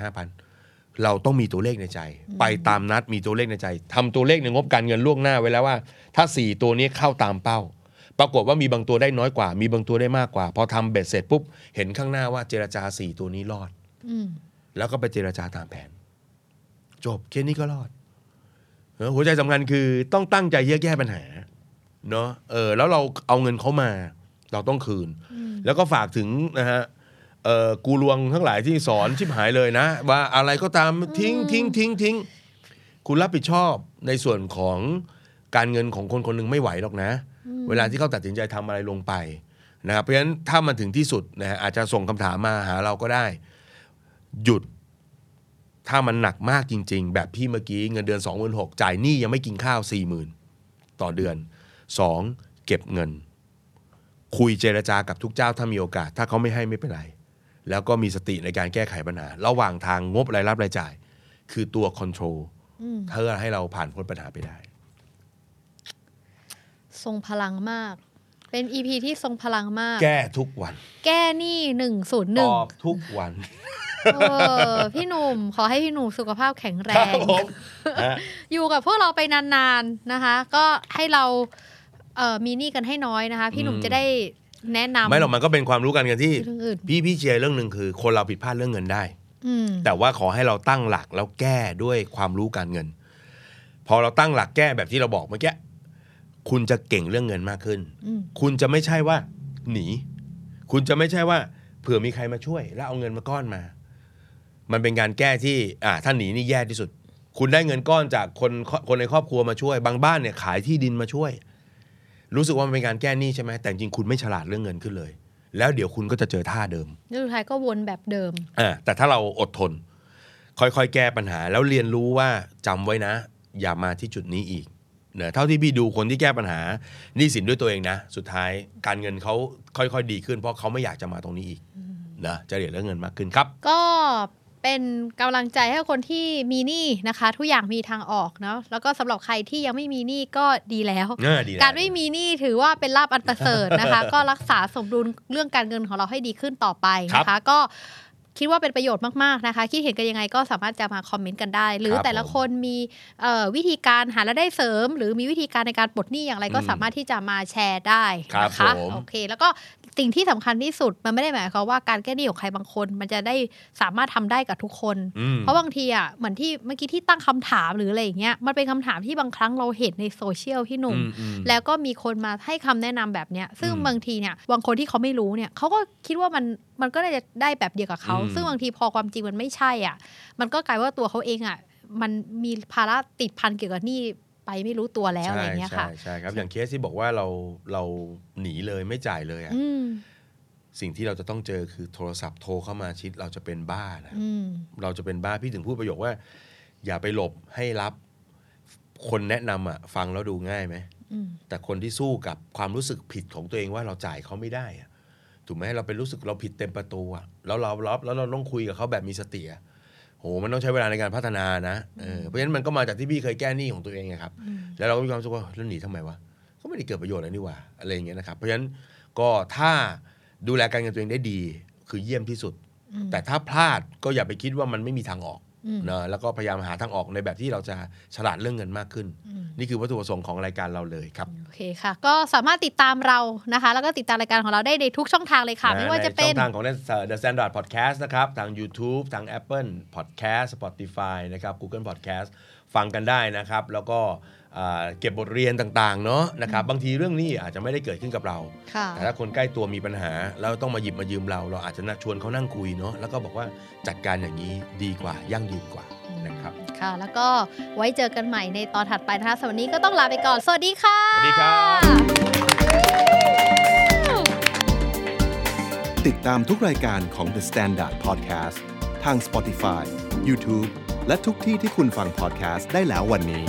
S1: 5,000 เราต้องมีตัวเลขในใจ ไปตามนัดมีตัวเลขในใจทำตัวเลขในงบการเงินล่วงหน้าไว้แล้วว่า ถ้า 4 ตัวนี้เข้าตามเป้า ปรากฏว่ามีบางตัวได้น้อยกว่า มีบางตัวได้มากกว่าพอทำเบ็ดเสร็จปุ๊บเห็นข้างหน้าว่าเจรจา 4 ตัวนี้รอด
S2: อืม
S1: แล้วก็ไปเจราจาตามแผน จบเคสนี้ก็รอดเออหัวใจสำคัญคือต้องตั้งใจเยี่ยแก้ปัญหาเนาะเออแล้วเราเอาเงินเขามา เราต้องคืน แล้วก็ฝากถึงนะฮะเออกูลวงทั้งหลายที่สอนชิบหายเลยนะ ว่าอะไรก็ตามทิ้งทิ้งทิ้งทิ้งคุณรับผิดชอบในส่วนของการเงินของคนคนหนึ่งไม่ไหวหรอกนะ เวลาที่เขาตัดสินใจทำอะไรลงไปนะครับเพราะฉะนั้นถ้ามันถึงที่สุดนะฮะอาจจะส่งคำถามมาหาเราก็ได้ หยุด ถ้ามันหนักมากจริง ๆ แบบพี่เมื่อกี้เงินเดือน2 6 0 0จ่ายหนี้ยังไม่กินข้าว 40,000 ต่อเดือน 2. เก็บเงิน คุยเจรจากับทุกเจ้าถ้ามีโอกาส ถ้าเขาไม่ให้ไม่เป็นไร แล้วก็มีสติในการแก้ไขปัญหา ระหว่างทางงบรายรับรายจ่าย คือตัวคอนโทรล
S2: อืม
S1: เพื่อให้เราผ่านพ้นปัญหาไปได้
S2: ทรงพลังมาก เป็นอีพีที่ทรงพลังมาก
S1: แก้ทุกวัน
S2: แก้หนี้หนึ่งศูนย์ห
S1: ต
S2: นึ่ง
S1: อบทุกวัน
S2: พี่หนุ่ม ขอให้พี่หนุ่มสุขภาพแข็งแร
S1: ครับ
S2: ง
S1: ผมฮะ
S2: อยู่กับพวกเราไปนานๆนะคะ ก็ให้เรา เออมีหนี้กันให้น้อยนะคะ พี่หนุ่ม
S1: อืม
S2: จะได้แนะนำ
S1: ไม่หรอกมันก็เป็นความรู้กันกันที่
S2: เรื่องอื่น
S1: พี่พี่เชียร์เรื่องหนึ่งคือ คนเราผิดพลาดเรื่องเงินได้
S2: อืม
S1: แต่ว่าขอให้เราตั้งหลักแล้วแก้ด้วยความรู้การเงิน พอเราตั้งหลักแก้แบบที่เราบอกเมื่อกี้คุณจะเก่งเรื่องเงินมากขึ้น
S2: อืม
S1: คุณจะไม่ใช่ว่า หนี คุณจะไม่ใช่ว่า เผื่อมีใครมาช่วย แล้วเอาเงินมาก้อนมา มันเป็นการแก้ที่ อ่าถ้าหนีนี่แย่ที่สุด คุณได้เงินก้อนจากคนคนในครอบครัวมาช่วย บางบ้านเนี่ยขายที่ดินมาช่วย รู้สึกว่ามันเป็นการแก้หนี้ใช่ไหมแต่จริงๆคุณไม่ฉลาดเรื่องเงินขึ้นเลย แล้วเดี๋ยวคุณก็จะเจอท่าเดิม
S2: แล้วสุดท้ายก็วนแบบเดิม
S1: อ่าแต่ถ้าเราอดทน ค่อยๆ แก้ปัญหา แล้วเรียนรู้ว่าจำไว้นะ อย่ามาที่จุดนี้อีกเนอะเท่าที่พี่ดูคนที่แก้ปัญหาหนี้สินด้วยตัวเองนะ สุดท้ายการเงินเขาค่อยๆ ดีขึ้น เพราะเขาไม่อยากจะมาตรงนี้อีกนะจะเรียนเรื่องเงินมากขึ้นครับ
S2: ก็เป็นกำลังใจให้คนที่มีหนี้นะคะ ทุกอย่างมีทางออกเนาะแล้วก็สำหรับใครที่ยังไม่มีหนี้ก็ดีแล้ว
S1: เออดีนะ
S2: การไม่มีหนี้ถือว่าเป็นลาบอันประเสริฐ นะคะ ก็รักษาสมดุลเรื่องการเงินของเราให้ดีขึ้นต่อไปนะ
S1: ครั
S2: คะ
S1: บ
S2: ก็คิดว่าเป็นประโยชน์มากๆนะคะ คิดเห็นกันยังไงก็สามารถจะมาคอมเมนต์กันได้ หรือ
S1: ครับ
S2: แต่ละ
S1: ผม
S2: คนมีเอ่อวิธีการหารายได้เสริม หรือมีวิธีการในการปลดหนี้อย่างไรก็
S1: อืม
S2: สามารถที่จะมาแชร์ได้
S1: ครับ
S2: นะคะ
S1: ผม
S2: โอเคแล้วก็สิ่งที่สำคัญที่สุดมันไม่ได้หมายความว่าการแก้หนี้ของใครบางคน มันจะได้สามารถทำได้กับทุกคน
S1: อืม
S2: เพราะบางทีอ่ะเหมือนที่เมื่อกี้ที่ตั้งคำถามหรืออะไรอย่างเงี้ยมันเป็นคำถามที่บางครั้งเราเห็นในโซเชียลพี่หนุ่ม แล้วก็มีคนมาให้คำแนะนำแบบเนี้ย ซึ่ง
S1: อืม
S2: บางทีเนี่ยบางคนที่เขาไม่รู้เนี่ยเขาก็คิดว่ามันมันก็ได้จะได้แบบเดียวกับเขา
S1: อืม
S2: ซึ่งบางทีพอความจริงมันไม่ใช่อ่ะ มันก็กลายว่าตัวเขาเองอ่ะ มันมีภาระติดพันเกี่ยวกับหนี้ไปไม่รู้ตัวแล้วอะไรอย่างเงี้ยค่ะ
S1: ใช่ใช่ครับ อย่างเคสที่บอกว่าเราเราหนีเลยไม่จ่ายเลยอะ
S2: อืม
S1: สิ่งที่เราจะต้องเจอคือโทรศัพท์โทรเข้ามาชิดเราจะเป็นบ้านะ
S2: อืม
S1: เราจะเป็นบ้าพี่ถึงพูดประโยคว่า อย่าไปหลบให้รับคนแนะนำอ่ะฟังแล้วดูง่ายไหม
S2: อืม
S1: แต่คนที่สู้กับความรู้สึกผิดของตัวเองว่าเราจ่ายเขาไม่ได้อะถูกไหมเราไปรู้สึกเราผิดเต็มประตูอ่ะแล้วเรารับแล้วเราต้องคุยกับเขาแบบมีสติอะโหมันต้องใช้เวลาในการพัฒนานะเออเพราะฉะนั้นมันก็มาจากที่พี่เคยแก้หนี้ของตัวเองไงครับ
S2: อืม
S1: แล้วเราก็มีความรู้สึกว่าแล้วหนีทำไมวะก็ไม่ได้เกิดประโยชน์อะไรนี่หว่าอะไรอย่างเงี้ยนะครับเพราะฉะนั้นก็ถ้าดูแลการเงินตัวเองได้ดี คือเยี่ยมที่สุด
S2: อืม
S1: แต่ถ้าพลาดก็อย่าไปคิดว่ามันไม่มีทางออก
S2: อืม
S1: นะแล้วก็พยายามหาทางออกในแบบที่เราจะฉลาดเรื่องเงินมากขึ้น
S2: อืม
S1: นี่คือวัตถุประสงค์ของรายการเราเลยครับ
S2: โอเคค่ะ ก็สามารถติดตามเรานะคะ แล้วก็ติดตามรายการของเราได้ในทุกช่องทางเลยค่ะ
S1: น
S2: ไม่ว่าจะ
S1: ใน
S2: เป็
S1: ช่
S2: น
S1: องทางของ The Standard Podcast นะครับ ทาง YouTube ทาง Apple Podcast Spotify นะครับ Google Podcast ฟังกันได้นะครับ แล้วก็อ่าเก็บบทเรียนต่างๆ เนาะนะครับ บางทีเรื่องนี้อาจจะไม่ได้เกิดขึ้นกับเรา
S2: ค่ะ
S1: แต่ถ้าคนใกล้ตัวมีปัญหา แล้วต้องมาหยิบมายืมเรา เราอาจจะนัดชวนเขานั่งคุยเนาะแล้วก็บอกว่าจัดการอย่างนี้ดีกว่ายั่งยืนกว่านะครับ
S2: ค่ะ แล้วก็ไว้เจอกันใหม่ในตอนถัดไปนะคะสำหรับวันนี้ก็ต้องลาไปก่อน สวัสดีค่ะ
S1: สวัสดีครับ
S3: ติดตามทุกรายการของ The Standard Podcast ทาง Spotify, YouTube และทุกที่ที่คุณฟัง podcast ได้แล้ววันนี้